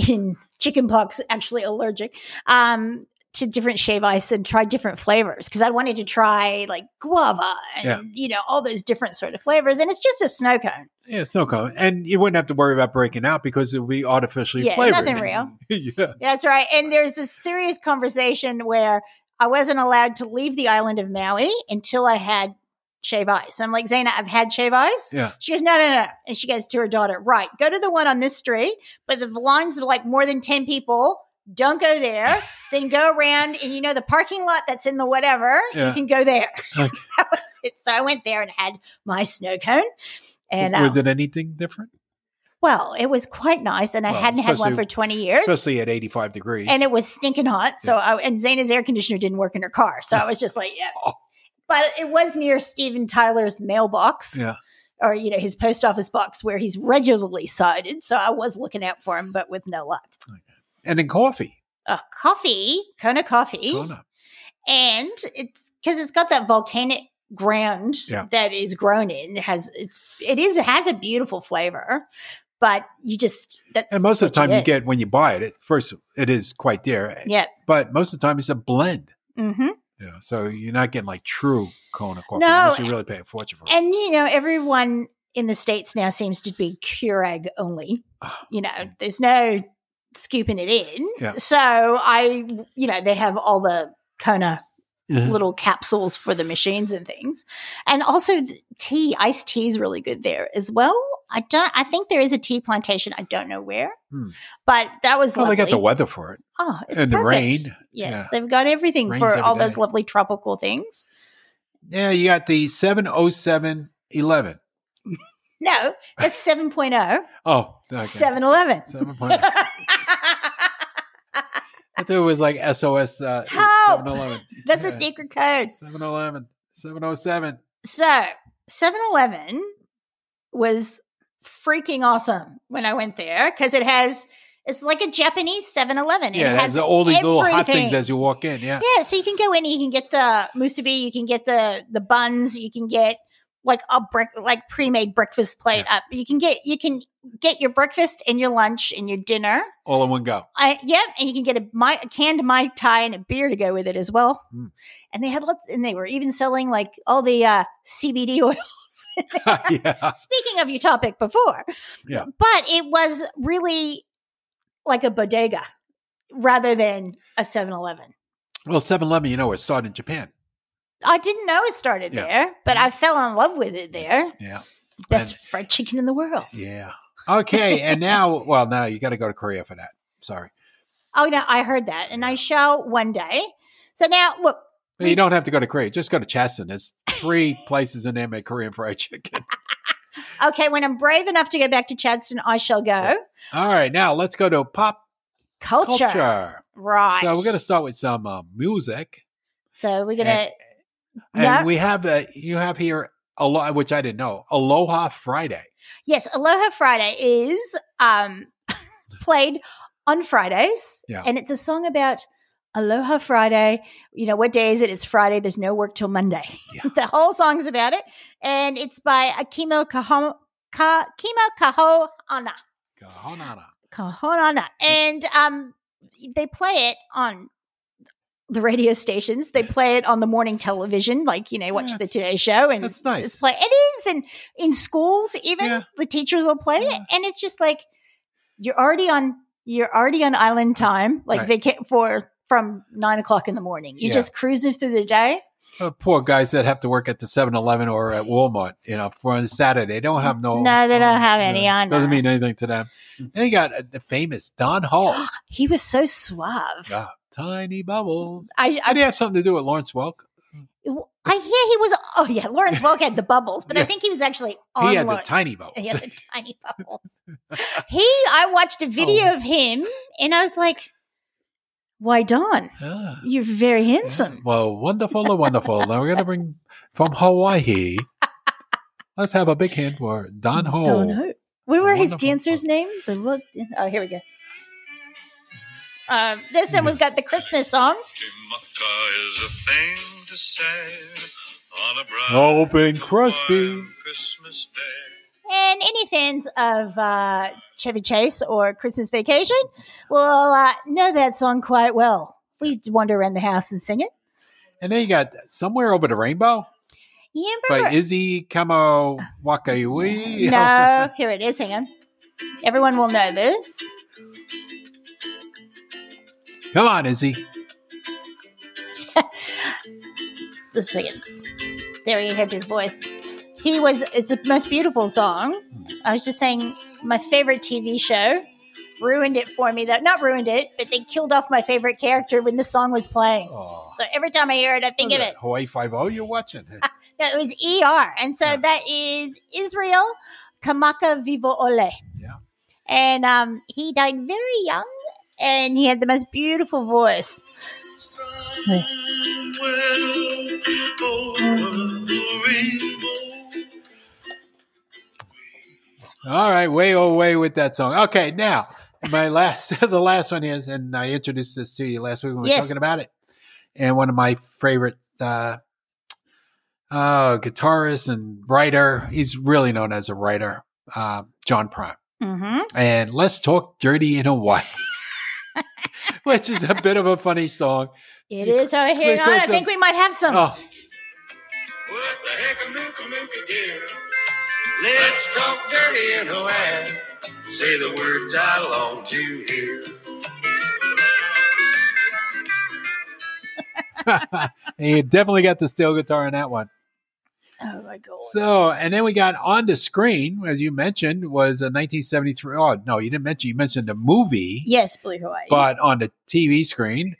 S1: in chickenpox, actually allergic, um, to different shave ice and try different flavors because I wanted to try like guava and
S2: Yeah.
S1: you know all those different sort of flavors, and it's just a snow cone.
S2: yeah, it's no cone, and you wouldn't have to worry about breaking out because it would be artificially
S1: Yeah,
S2: flavored.
S1: nothing real.
S2: yeah,
S1: That's right. And there's this serious conversation where I wasn't allowed to leave the island of Maui until I had shave ice. I'm like, Zaina, I've had shave ice.
S2: yeah.
S1: She goes, no, no, no. And she goes to her daughter, right, go to the one on this street, but the lines of like more than 10 people. Don't go there. then go around and you know the parking lot that's in the whatever,
S2: Yeah.
S1: you can go there.
S2: Okay.
S1: that was it. So I went there and had my snow cone. And
S2: was
S1: uh,
S2: it anything different?
S1: well, it was quite nice. And I
S2: Well,
S1: hadn't had one
S2: especially-
S1: for 20 years.
S2: Especially at eighty-five degrees.
S1: and it was stinking hot. So I, and Zaina's air conditioner didn't work in her car. So I was just like, yeah.
S2: Oh.
S1: But it was near Steven Tyler's mailbox.
S2: Yeah.
S1: Or, you know, his post office box where he's regularly sighted. So I was looking out for him, but with no luck.
S2: and then coffee.
S1: Uh, coffee, Kona coffee.
S2: Kona.
S1: And it's because it's got that volcanic ground
S2: Yeah.
S1: that is grown in. It has, it's, it is, it has a beautiful flavor, but you just, that's.
S2: And most of the
S1: what
S2: time you
S1: get.
S2: get when you buy it, it first it is quite there.
S1: Yeah.
S2: But most of the time it's a blend.
S1: Mm-hmm.
S2: You know, so you're not getting like true Kona coffee
S1: No,
S2: unless you really pay a fortune for it.
S1: And you know, everyone in the states now seems to be Keurig only. You know, there's no scooping it in.
S2: Ah, Yeah.
S1: So I, you know, they have all the Kona
S2: Mhm.
S1: little capsules for the machines and things, and also th- tea, iced tea is really good there as well. I don't. I think there is a tea plantation. I don't know where,
S2: Hmm.
S1: but that was
S2: Well, they
S1: lovely.
S2: got the weather for it
S1: oh, it's
S2: and the
S1: perfect.
S2: rain.
S1: Yes,
S2: Yeah.
S1: they've got everything
S2: Rains
S1: for
S2: every
S1: all those
S2: day.
S1: lovely tropical things.
S2: Yeah, you got the 707 11.
S1: No, that's 7.0,
S2: Oh, okay.
S1: 711.
S2: 7.0. I thought it was like SOS uh,
S1: Help!
S2: 711.
S1: that's a
S2: Yeah.
S1: secret code.
S2: 711. 707.
S1: So 7 Eleven was freaking awesome when I went there because it has, it's like a Japanese 7 Eleven.
S2: Yeah,
S1: it
S2: it
S1: has
S2: has all these little hot things
S1: everything.
S2: as you walk in. Yeah.
S1: Yeah, so you can go in, you can get the musubi, you can get the the buns, you can get like a break, like pre-made breakfast plate up. You can get you can get your breakfast and your lunch and your dinner.
S2: All in one go.
S1: I, yep, and you can get a, my, a canned mai tai and a beer to go with it as well.
S2: Mm.
S1: And they had lots, and they were even selling like all the uh, CBD oil.
S2: yeah.
S1: Speaking of your topic before,
S2: Yeah.
S1: but it was really like a bodega rather than a 7-Eleven.
S2: Well, 711, you know, it started in Japan.
S1: I didn't know it started
S2: Yeah. Mm-hmm.
S1: there, but I fell in love with it there.
S2: Yeah.
S1: Best
S2: And-
S1: fried chicken in the world.
S2: Yeah. Okay. and now, well, now you got to go to Korea for that. Sorry.
S1: Oh no, I heard that, and I shall one day. So now, look,
S2: But you don't have to go to Korea. Just go to Chasen. There's three places in there make Korean fried chicken.
S1: okay, when I'm brave enough to go back to Chadston, I shall go.
S2: Yeah. All right. Now let's go to pop
S1: Culture.
S2: culture.
S1: right?
S2: So we're going to start with some uh, music.
S1: So we're gonna.
S2: And- And
S1: Yeah.
S2: we have, uh, you have here, Alo- which I didn't know, Aloha Friday.
S1: yes, Aloha Friday is um played on Fridays,
S2: Yeah.
S1: and it's a song about Aloha Friday. You know what day is it? It's Friday. There's no work till Monday.
S2: Yeah.
S1: the whole song's about it, and it's by Akimo Kaho Ka, Kimo Kahoana.
S2: Kahonana.
S1: Kahonana. And um, they play it on the radio stations. They play it on the morning television, like, you know, watch the
S2: That's-
S1: Today Show and
S2: That's nice.
S1: it's play. It is. And in schools, even
S2: Yeah.
S1: the teachers will play it.
S2: Yeah.
S1: And it's just like, you're already on, you're already on island time, like
S2: Right.
S1: vaca- for, from nine o'clock in the morning. You're
S2: Yeah.
S1: just cruising through the day.
S2: Uh, poor guys that have to work at the 7-Eleven or at Walmart, you know, for on Saturday. They don't have no.
S1: No, they don't have any, I know.
S2: Doesn't mean anything to them. And you got uh, the famous Don Hall,
S1: He was so suave.
S2: Yeah. Tiny Bubbles.
S1: I, I
S2: Did he have something to do with Lawrence Welk?
S1: I hear he was. Oh yeah, Lawrence Welk had the bubbles, but I
S2: Yeah.
S1: think he was actually on.
S2: He had the
S1: Lawrence-
S2: tiny bubbles.
S1: he had the tiny bubbles. he, I watched a
S2: Oh.
S1: video of him, and I was like, "Why, Don?
S2: Ah.
S1: You're very handsome."
S2: Well, wonderful, oh, wonderful. now we're going to bring from Hawaii. Let's have a big hand for Don Hall.
S1: Don Ho. What were his
S2: Oh, Wonderful.
S1: dancer's name? The look. Oh, here we go. Um, this one we've got the Christmas song.
S3: Mucka is a thing to say on a bright
S2: Oh, Bing Crosby.
S3: warm Christmas day.
S1: And any fans of uh, Chevy Chase or Christmas Vacation will uh, know that song quite well. We wander around the house and sing it.
S2: And then you got Somewhere Over the Rainbow
S1: You
S2: by
S1: remember?
S2: Izzy Kamo Wakaiwi.
S1: no, here it is. Hang on. Everyone will know this.
S2: Come on, Izzy.
S1: Let's sing it. There you have your voice. He was. It's the most beautiful song. I was just saying, my favorite TV show ruined it for me. Though not ruined it, but they killed off my favorite character when the song was playing.
S2: Oh.
S1: So every time I hear it, I think of it.
S2: Hawaii Five O. You're watching.
S1: No, it was ER. And so
S2: Yeah.
S1: that is Israel Kamaka Vivo Ole.
S2: Yeah.
S1: And um, he died very young and he had the most beautiful voice.
S3: Somewhere over the rainbow.
S2: All right, way away with that song. Okay, now my last, the last one is, and I introduced this to you last week when we were
S1: Yes.
S2: talking about it, and one of my favorite uh, uh, guitarist and writer. He's really known as a writer, uh, John Prime.
S1: Mm-hmm.
S2: and let's talk dirty in Hawaii. Which is a bit of a funny song.
S1: It is over here. and on. I
S2: Because, um,
S1: think we might have some.
S2: Oh,
S3: What the heck, Mooka Mooka dear? Let's talk dirty in Hawaii. Say the words I long to hear.
S2: and you definitely got the steel guitar in that one.
S1: Oh my god.
S2: So, and then we got on the screen, as you mentioned, was a 1973. Oh, no, you didn't mention, you mentioned the movie,
S1: yes, Blue Hawaii.
S2: but on the TV screen,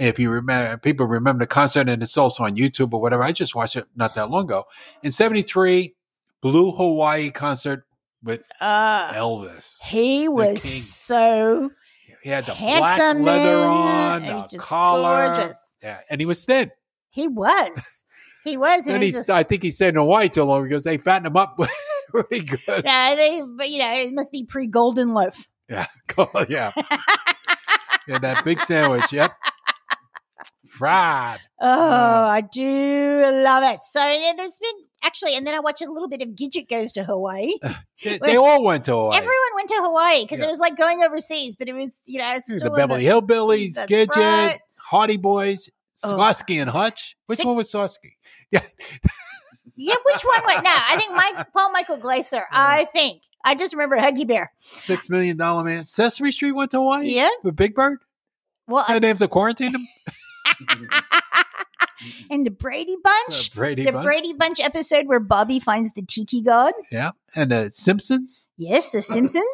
S2: if you remember, people remember the concert and it's also on YouTube or whatever. I just watched it not that long ago. In 73, Blue Hawaii concert with
S1: Ah,
S2: Elvis.
S1: he was
S2: king.
S1: so
S2: He had the
S1: handsome
S2: black leather
S1: and,
S2: on,
S1: and
S2: the
S1: just
S2: collar.
S1: gorgeous.
S2: Yeah, and he was thin.
S1: He was. He was. and
S2: Then
S1: it
S2: he,
S1: was just-
S2: I think he stayed in Hawaii too long because they fattened him up really good.
S1: no, they, but you know, it must be pre Golden Loaf.
S2: Yeah, cool, yeah. yeah, that big sandwich. Yep, fried.
S1: Oh,
S2: Uh,
S1: I do love it. So yeah, there's been actually, and then I watched a little bit of Gidget Goes to Hawaii.
S2: They, they all went to Hawaii.
S1: Everyone went to Hawaii because
S2: Yeah. Hmm,
S1: it was like going overseas, but it was you know still
S2: the
S1: in
S2: Beverly Hillbillies,
S1: that's
S2: Gidget,
S1: right.
S2: Hardy Boys,
S1: Oh.
S2: Sosky and Hutch. Which
S1: Sick-
S2: one was Sosky?
S1: Yeah, which one went? No, I think Mike, Paul Michael Glaser. I think I just remember Huggy Bear.
S2: Six Million Dollar Man. Sesame Street went to Hawaii.
S1: Yeah,
S2: with Big Bird.
S1: well, I-
S2: And they have to quarantine him.
S1: and the Brady Bunch,
S2: Uh, Brady
S1: the
S2: Bunch.
S1: Brady Bunch episode where Bobby finds the Tiki God.
S2: Yeah, and the Simpsons.
S1: Yes, the Simpsons.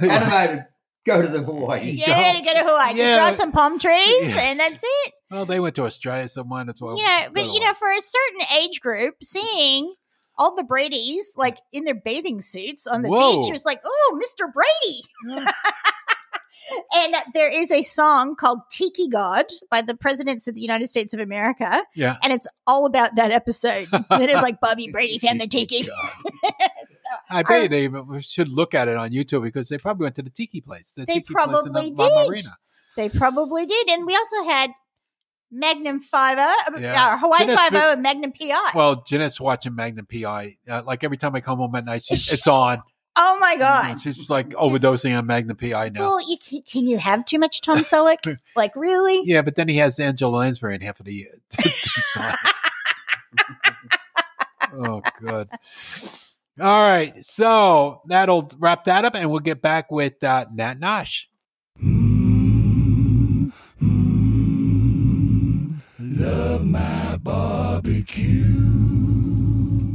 S4: animated. Go to the Hawaii.
S1: yeah, to go to Hawaii,
S2: Yeah.
S1: just draw some palm trees,
S2: Yes.
S1: and that's it.
S2: Well, they went to Australia, so mine as well.
S1: you know, but you know, for a certain age group, seeing all the Brady's like in their bathing suits on the
S2: Whoa.
S1: beach was like, oh, Mr. Brady. and there is a song called Tiki God by the presidents of the United States of America.
S2: Yeah.
S1: And it's all about that episode. and it is like Bobby Brady found the tiki.
S2: I bet they even we should look at it on YouTube because they probably went to the tiki place. The
S1: They
S2: tiki place in the
S1: probably
S2: La
S1: did.
S2: Marina.
S1: They probably did. And we also had Magnum 5
S2: Yeah.
S1: or Hawaii
S2: So that's
S1: 5
S2: been-
S1: and Magnum PI.
S2: Well, Jeanette's watching Magnum PI. Uh, like every time I come home at night, she's, it's on.
S1: oh my God.
S2: She's like overdosing on Magnum PI now.
S1: Well, you can, can you have too much Tom Selleck? like, really?
S2: yeah, but then he has Angela Lansbury in half of the year. oh, good. All right. So that'll wrap that up, and we'll get back with uh, Nat Nosh.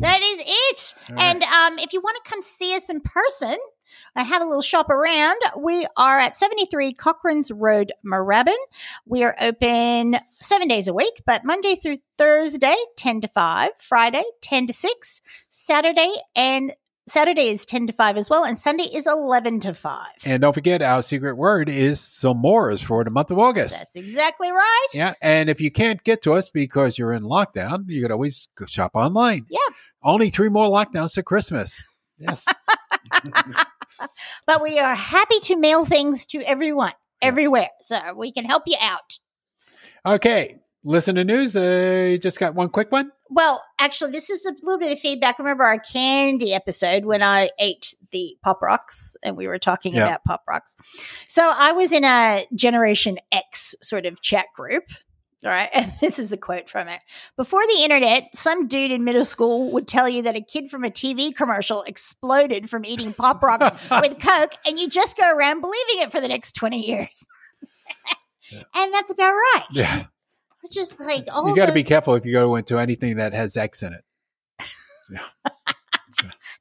S1: That is it.
S2: Mm.
S1: And um, if you want to come see us in person, I have a little shop around. We are at 73 Cochrane's Road, Moorabbin. We are open seven days a week, but Monday through Thursday, 10 to 5, Friday, 10 to 6, Saturday, and Saturday is 10 to 5 as well, and Sunday is 11 to 5.
S2: And don't forget, our secret word is Somoras for the month of August.
S1: That's exactly right.
S2: yeah. And if you can't get to us because you're in lockdown, you could always go shop online.
S1: Yeah.
S2: Only three more lockdowns to Christmas. Yes.
S1: But we are happy to mail things to everyone, everywhere, so we can help you out.
S2: okay. Listen to news. Uh, just got one quick one.
S1: Well, actually, this is a little bit of feedback. Remember our candy episode when I ate the Pop Rocks and we were talking
S2: Yeah.
S1: about Pop Rocks? So I was in a Generation X sort of chat group. All right. And this is a quote from it. Before the internet, some dude in middle school would tell you that a kid from a TV commercial exploded from eating Pop Rocks with Coke, and you just go around believing it for the next 20 years. And that's about right.
S2: Yeah.
S1: It's just like, all
S2: You got to be
S1: those-
S2: careful if you go into anything that has X in it.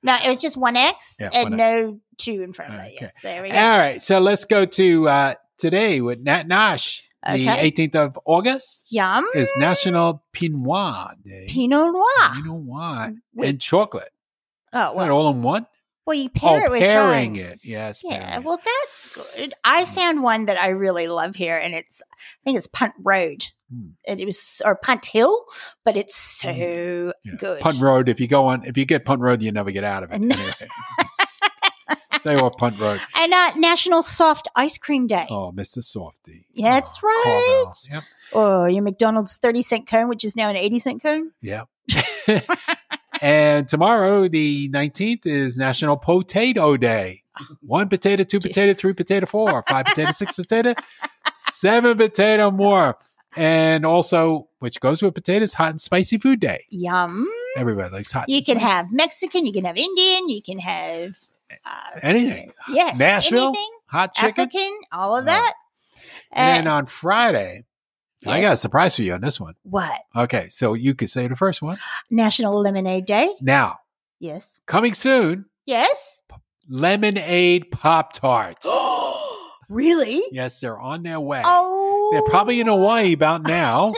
S1: No, it was just one X
S2: Yeah,
S1: and
S2: one
S1: no two in front of it.
S2: Okay.
S1: Yes, there we go.
S2: All right. So let's go to uh, today with Nat Nosh.
S1: Okay. Mm.
S2: The 18th of August
S1: Yum,
S2: is National Pinoir Day.
S1: Pinot Noir.
S2: You know why?
S1: Wait.
S2: And chocolate.
S1: Oh,
S2: Not
S1: well,
S2: all in one.
S1: well, you pair it
S2: oh,
S1: with
S2: pairing
S1: time.
S2: it. Yes.
S1: Yeah,
S2: pairing it. Mm.
S1: well, that's good. I found one that I really love here, and it's I think it's Punt Road,
S2: Hmm.
S1: and it was or Punt Hill, but it's so
S2: Yeah.
S1: good.
S2: Punt Road. If you go on, if you get Punt Road, you never get out of it.
S1: No.
S2: Anyway. Say what Punt Road.
S1: and uh, National Soft Ice Cream Day. Oh,
S2: Oh, Mr. Softy.
S1: Yeah, that's
S2: Oh,
S1: right.
S2: Carvel's. Yep.
S1: Oh, your McDonald's thirty cent cone, which is now an eighty cent cone.
S2: Yep. and tomorrow, the 19th, is National Potato Day. One potato, two potato, three potato, four, five potato, six potato, seven potato more. And also, which goes with potatoes, hot and spicy food day.
S1: Yum!
S2: Everybody likes hot.
S1: You
S2: and
S1: can
S2: spicy.
S1: have Mexican, you can have Indian, you can have
S2: Eh,
S1: uh,
S2: anything.
S1: yes,
S2: Nashville?
S1: anything.
S2: Hot chicken.
S1: African, all of
S2: Oh.
S1: that.
S2: And
S1: Uh,
S2: then on Friday I
S1: Yes.
S2: got a surprise for you on this one.
S1: What?
S2: Okay, so you could say the first one.
S1: National Lemonade Day?
S2: Now,
S1: Yes.
S2: coming soon,
S1: Yes.
S2: lemonade Pop Tarts.
S1: really?
S2: yes, they're on their way.
S1: Oh.
S2: They're probably in Hawaii about now.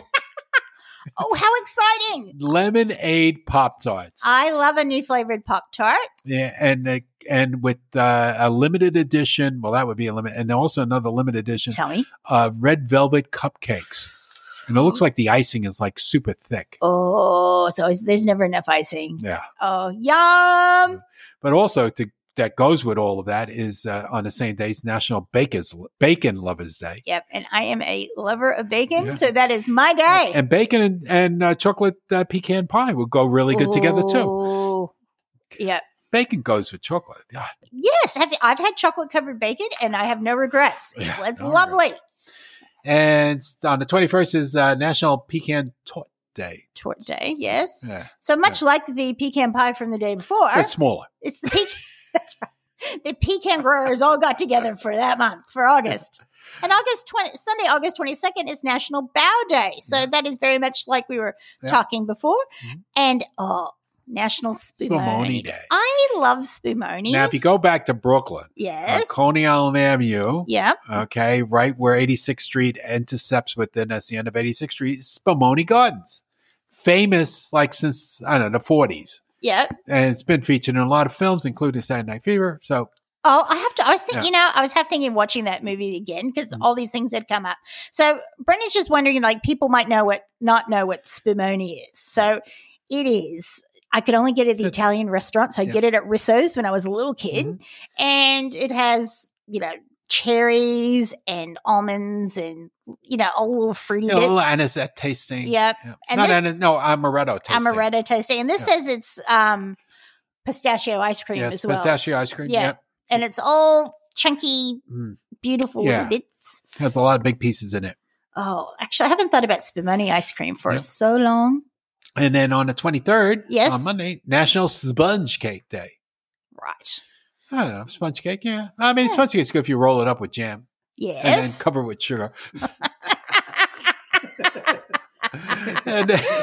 S1: Oh, how exciting.
S2: lemonade Pop Tarts.
S1: I love a new flavored Pop Tart.
S2: Yeah, and uh, and with uh, a limited edition, well, that would be a limit, and also another limited edition,
S1: Tell me.
S2: uh, red velvet cupcakes, and it looks like the icing is like super thick.
S1: Oh, it's always, there's never enough icing.
S2: Yeah,
S1: Oh, yum.
S2: but also to that goes with all of that is uh, on the same day is National Bakers Bacon Lovers Day,
S1: Yep. And I am a lover of bacon.
S2: Yeah.
S1: So that is my day.
S2: and bacon and, and uh, chocolate uh, pecan pie would go really good together
S1: Oh.
S2: too.
S1: Ooh. Yep.
S2: Bacon goes with chocolate. Yeah.
S1: Yes. Have, I've had chocolate covered bacon and I have no regrets. It
S2: Yeah,
S1: was
S2: no
S1: lovely.
S2: And on the twenty first is uh, National Pecan Tort Day.
S1: Tort day. Yes.
S2: Yeah,
S1: So much like the pecan pie from the day before,
S2: it's smaller.
S1: it's the pecan. that's right. The pecan growers all got together for that month, for August. And August 20, Sunday, August 22nd is National Bow Day. So
S2: Yeah.
S1: that is very much like we were
S2: Yeah.
S1: talking before.
S2: Mhm.
S1: And oh, National Spumoni
S2: Spumoni
S1: Day.
S2: Day.
S1: I love Spumoni.
S2: Now, if you go back to Brooklyn, uh,
S1: yes.
S2: Coney Island Avenue,
S1: yeah.
S2: okay, right where 86th Street intercepts within us, the end of 86th Street, is Spumoni Gardens. Famous like since, I don't know, the 40s.
S1: Yeah.
S2: And it's been featured in a lot of films, including Saturday Night Fever. So,
S1: Oh, I have to. I was thinking, you
S2: Yeah.
S1: know, I was half thinking watching that movie again because
S2: Mhm.
S1: all these things had come up. So Brenda's just wondering, like, people might know what, not know what spumoni is. So it is. I could only get it at the
S2: So-
S1: Italian restaurants. I
S2: Yeah.
S1: get it at Risso's when I was a little kid,
S2: Mhm.
S1: and it has, you know, cherries and almonds and you know, all little fruity
S2: you know, a little
S1: bits.
S2: anisette tasting.
S1: Yep.
S2: Yeah.
S1: And
S2: Not
S1: this-
S2: anis- no, amaretto tasting.
S1: amaretto tasting, and this
S2: Yeah.
S1: says it's um, pistachio ice cream
S2: Yes,
S1: as well,
S2: pistachio ice cream.
S1: Yeah.
S2: Yep.
S1: and it's all chunky,
S2: Mm.
S1: beautiful
S2: Yeah.
S1: little bits.
S2: Has a lot of big pieces in it.
S1: Oh, actually, I haven't thought about spumoni ice cream for
S2: Yeah.
S1: so long.
S2: And then on the 23rd,
S1: Yes.
S2: on Monday, National Sponge Cake Day.
S1: Right.
S2: I don't know, sponge cake. Yeah, I mean,
S1: Yeah.
S2: sponge cake's good if you roll it up with jam and then
S1: Yes.
S2: cover it with sugar. and then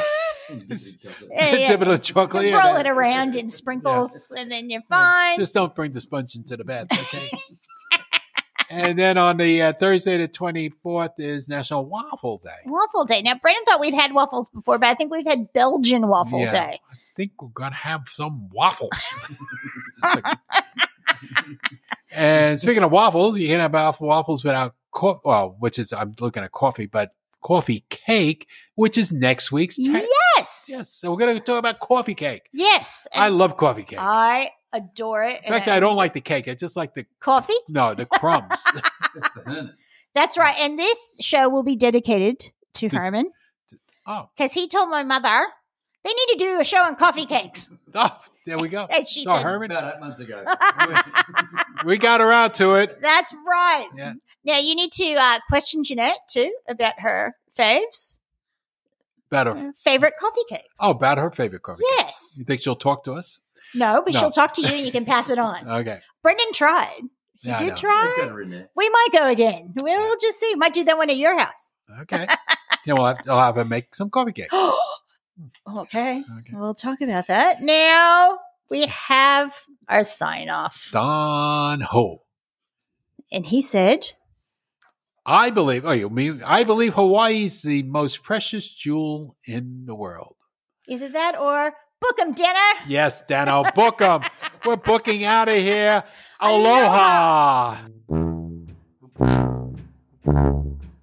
S1: Yeah, yeah.
S2: dip it in chocolate. and
S1: roll
S2: then-
S1: it around in sprinkles, and then you're fine.
S2: Just don't bring the sponge into the bed, okay? and then on the uh, Thursday, the twenty fourth is National Waffle Day. I
S1: Waffle day. Now, Brandon thought we'd had waffles before, but I think we've had Belgian waffle
S2: Yeah.
S1: day.
S2: think we're gonna have some waffles. It's like- and speaking of waffles, you can't have waff- waffles without co- well, which is I'm looking at coffee, but coffee cake, which is next week's. ta-
S1: Yes.
S2: Yes, so we're going to talk about coffee cake.
S1: Yes.
S2: I
S1: And uh,
S2: love coffee cake.
S1: I adore it.
S2: In fact, I don't like the cake. I just like the
S1: coffee.
S2: no, the crumbs
S1: That's right. And this show will be dedicated to
S2: To-
S1: Herman
S2: oh,
S1: because he told my mother they need to do a show on coffee cakes.
S2: oh, there we go.
S1: And she
S2: So
S1: said,
S2: Herman,
S4: About eight months ago.
S2: we got her out to it.
S1: That's right.
S2: Yeah.
S1: Now you need to uh, question Jeanette too about her faves,
S2: About her,
S1: favorite coffee cakes.
S2: oh, about her favorite coffee. cake.
S1: yes.
S2: You think she'll talk to us?
S1: No, but
S2: No.
S1: she'll talk to you. and You can pass it on.
S2: Okay.
S1: Brendan tried. He
S2: Yeah, I
S1: did
S2: know.
S4: I've
S1: try.
S4: got her in there.
S1: We might go again. We'll just see. Might do that one at your house.
S2: Okay. yeah, well, I'll have her make some coffee cake. Hmm.
S1: okay.
S2: Okay.
S1: We'll talk about that. Now we have our sign off.
S2: Don Ho.
S1: And he said,
S2: I believe. Oh, you mean I believe Hawaii's the most precious jewel in the world.
S1: either that or book 'em dinner.
S2: Yes, Dano, book them. We're booking out of here.
S1: Aloha.
S2: Aloha.
S5: Thank you.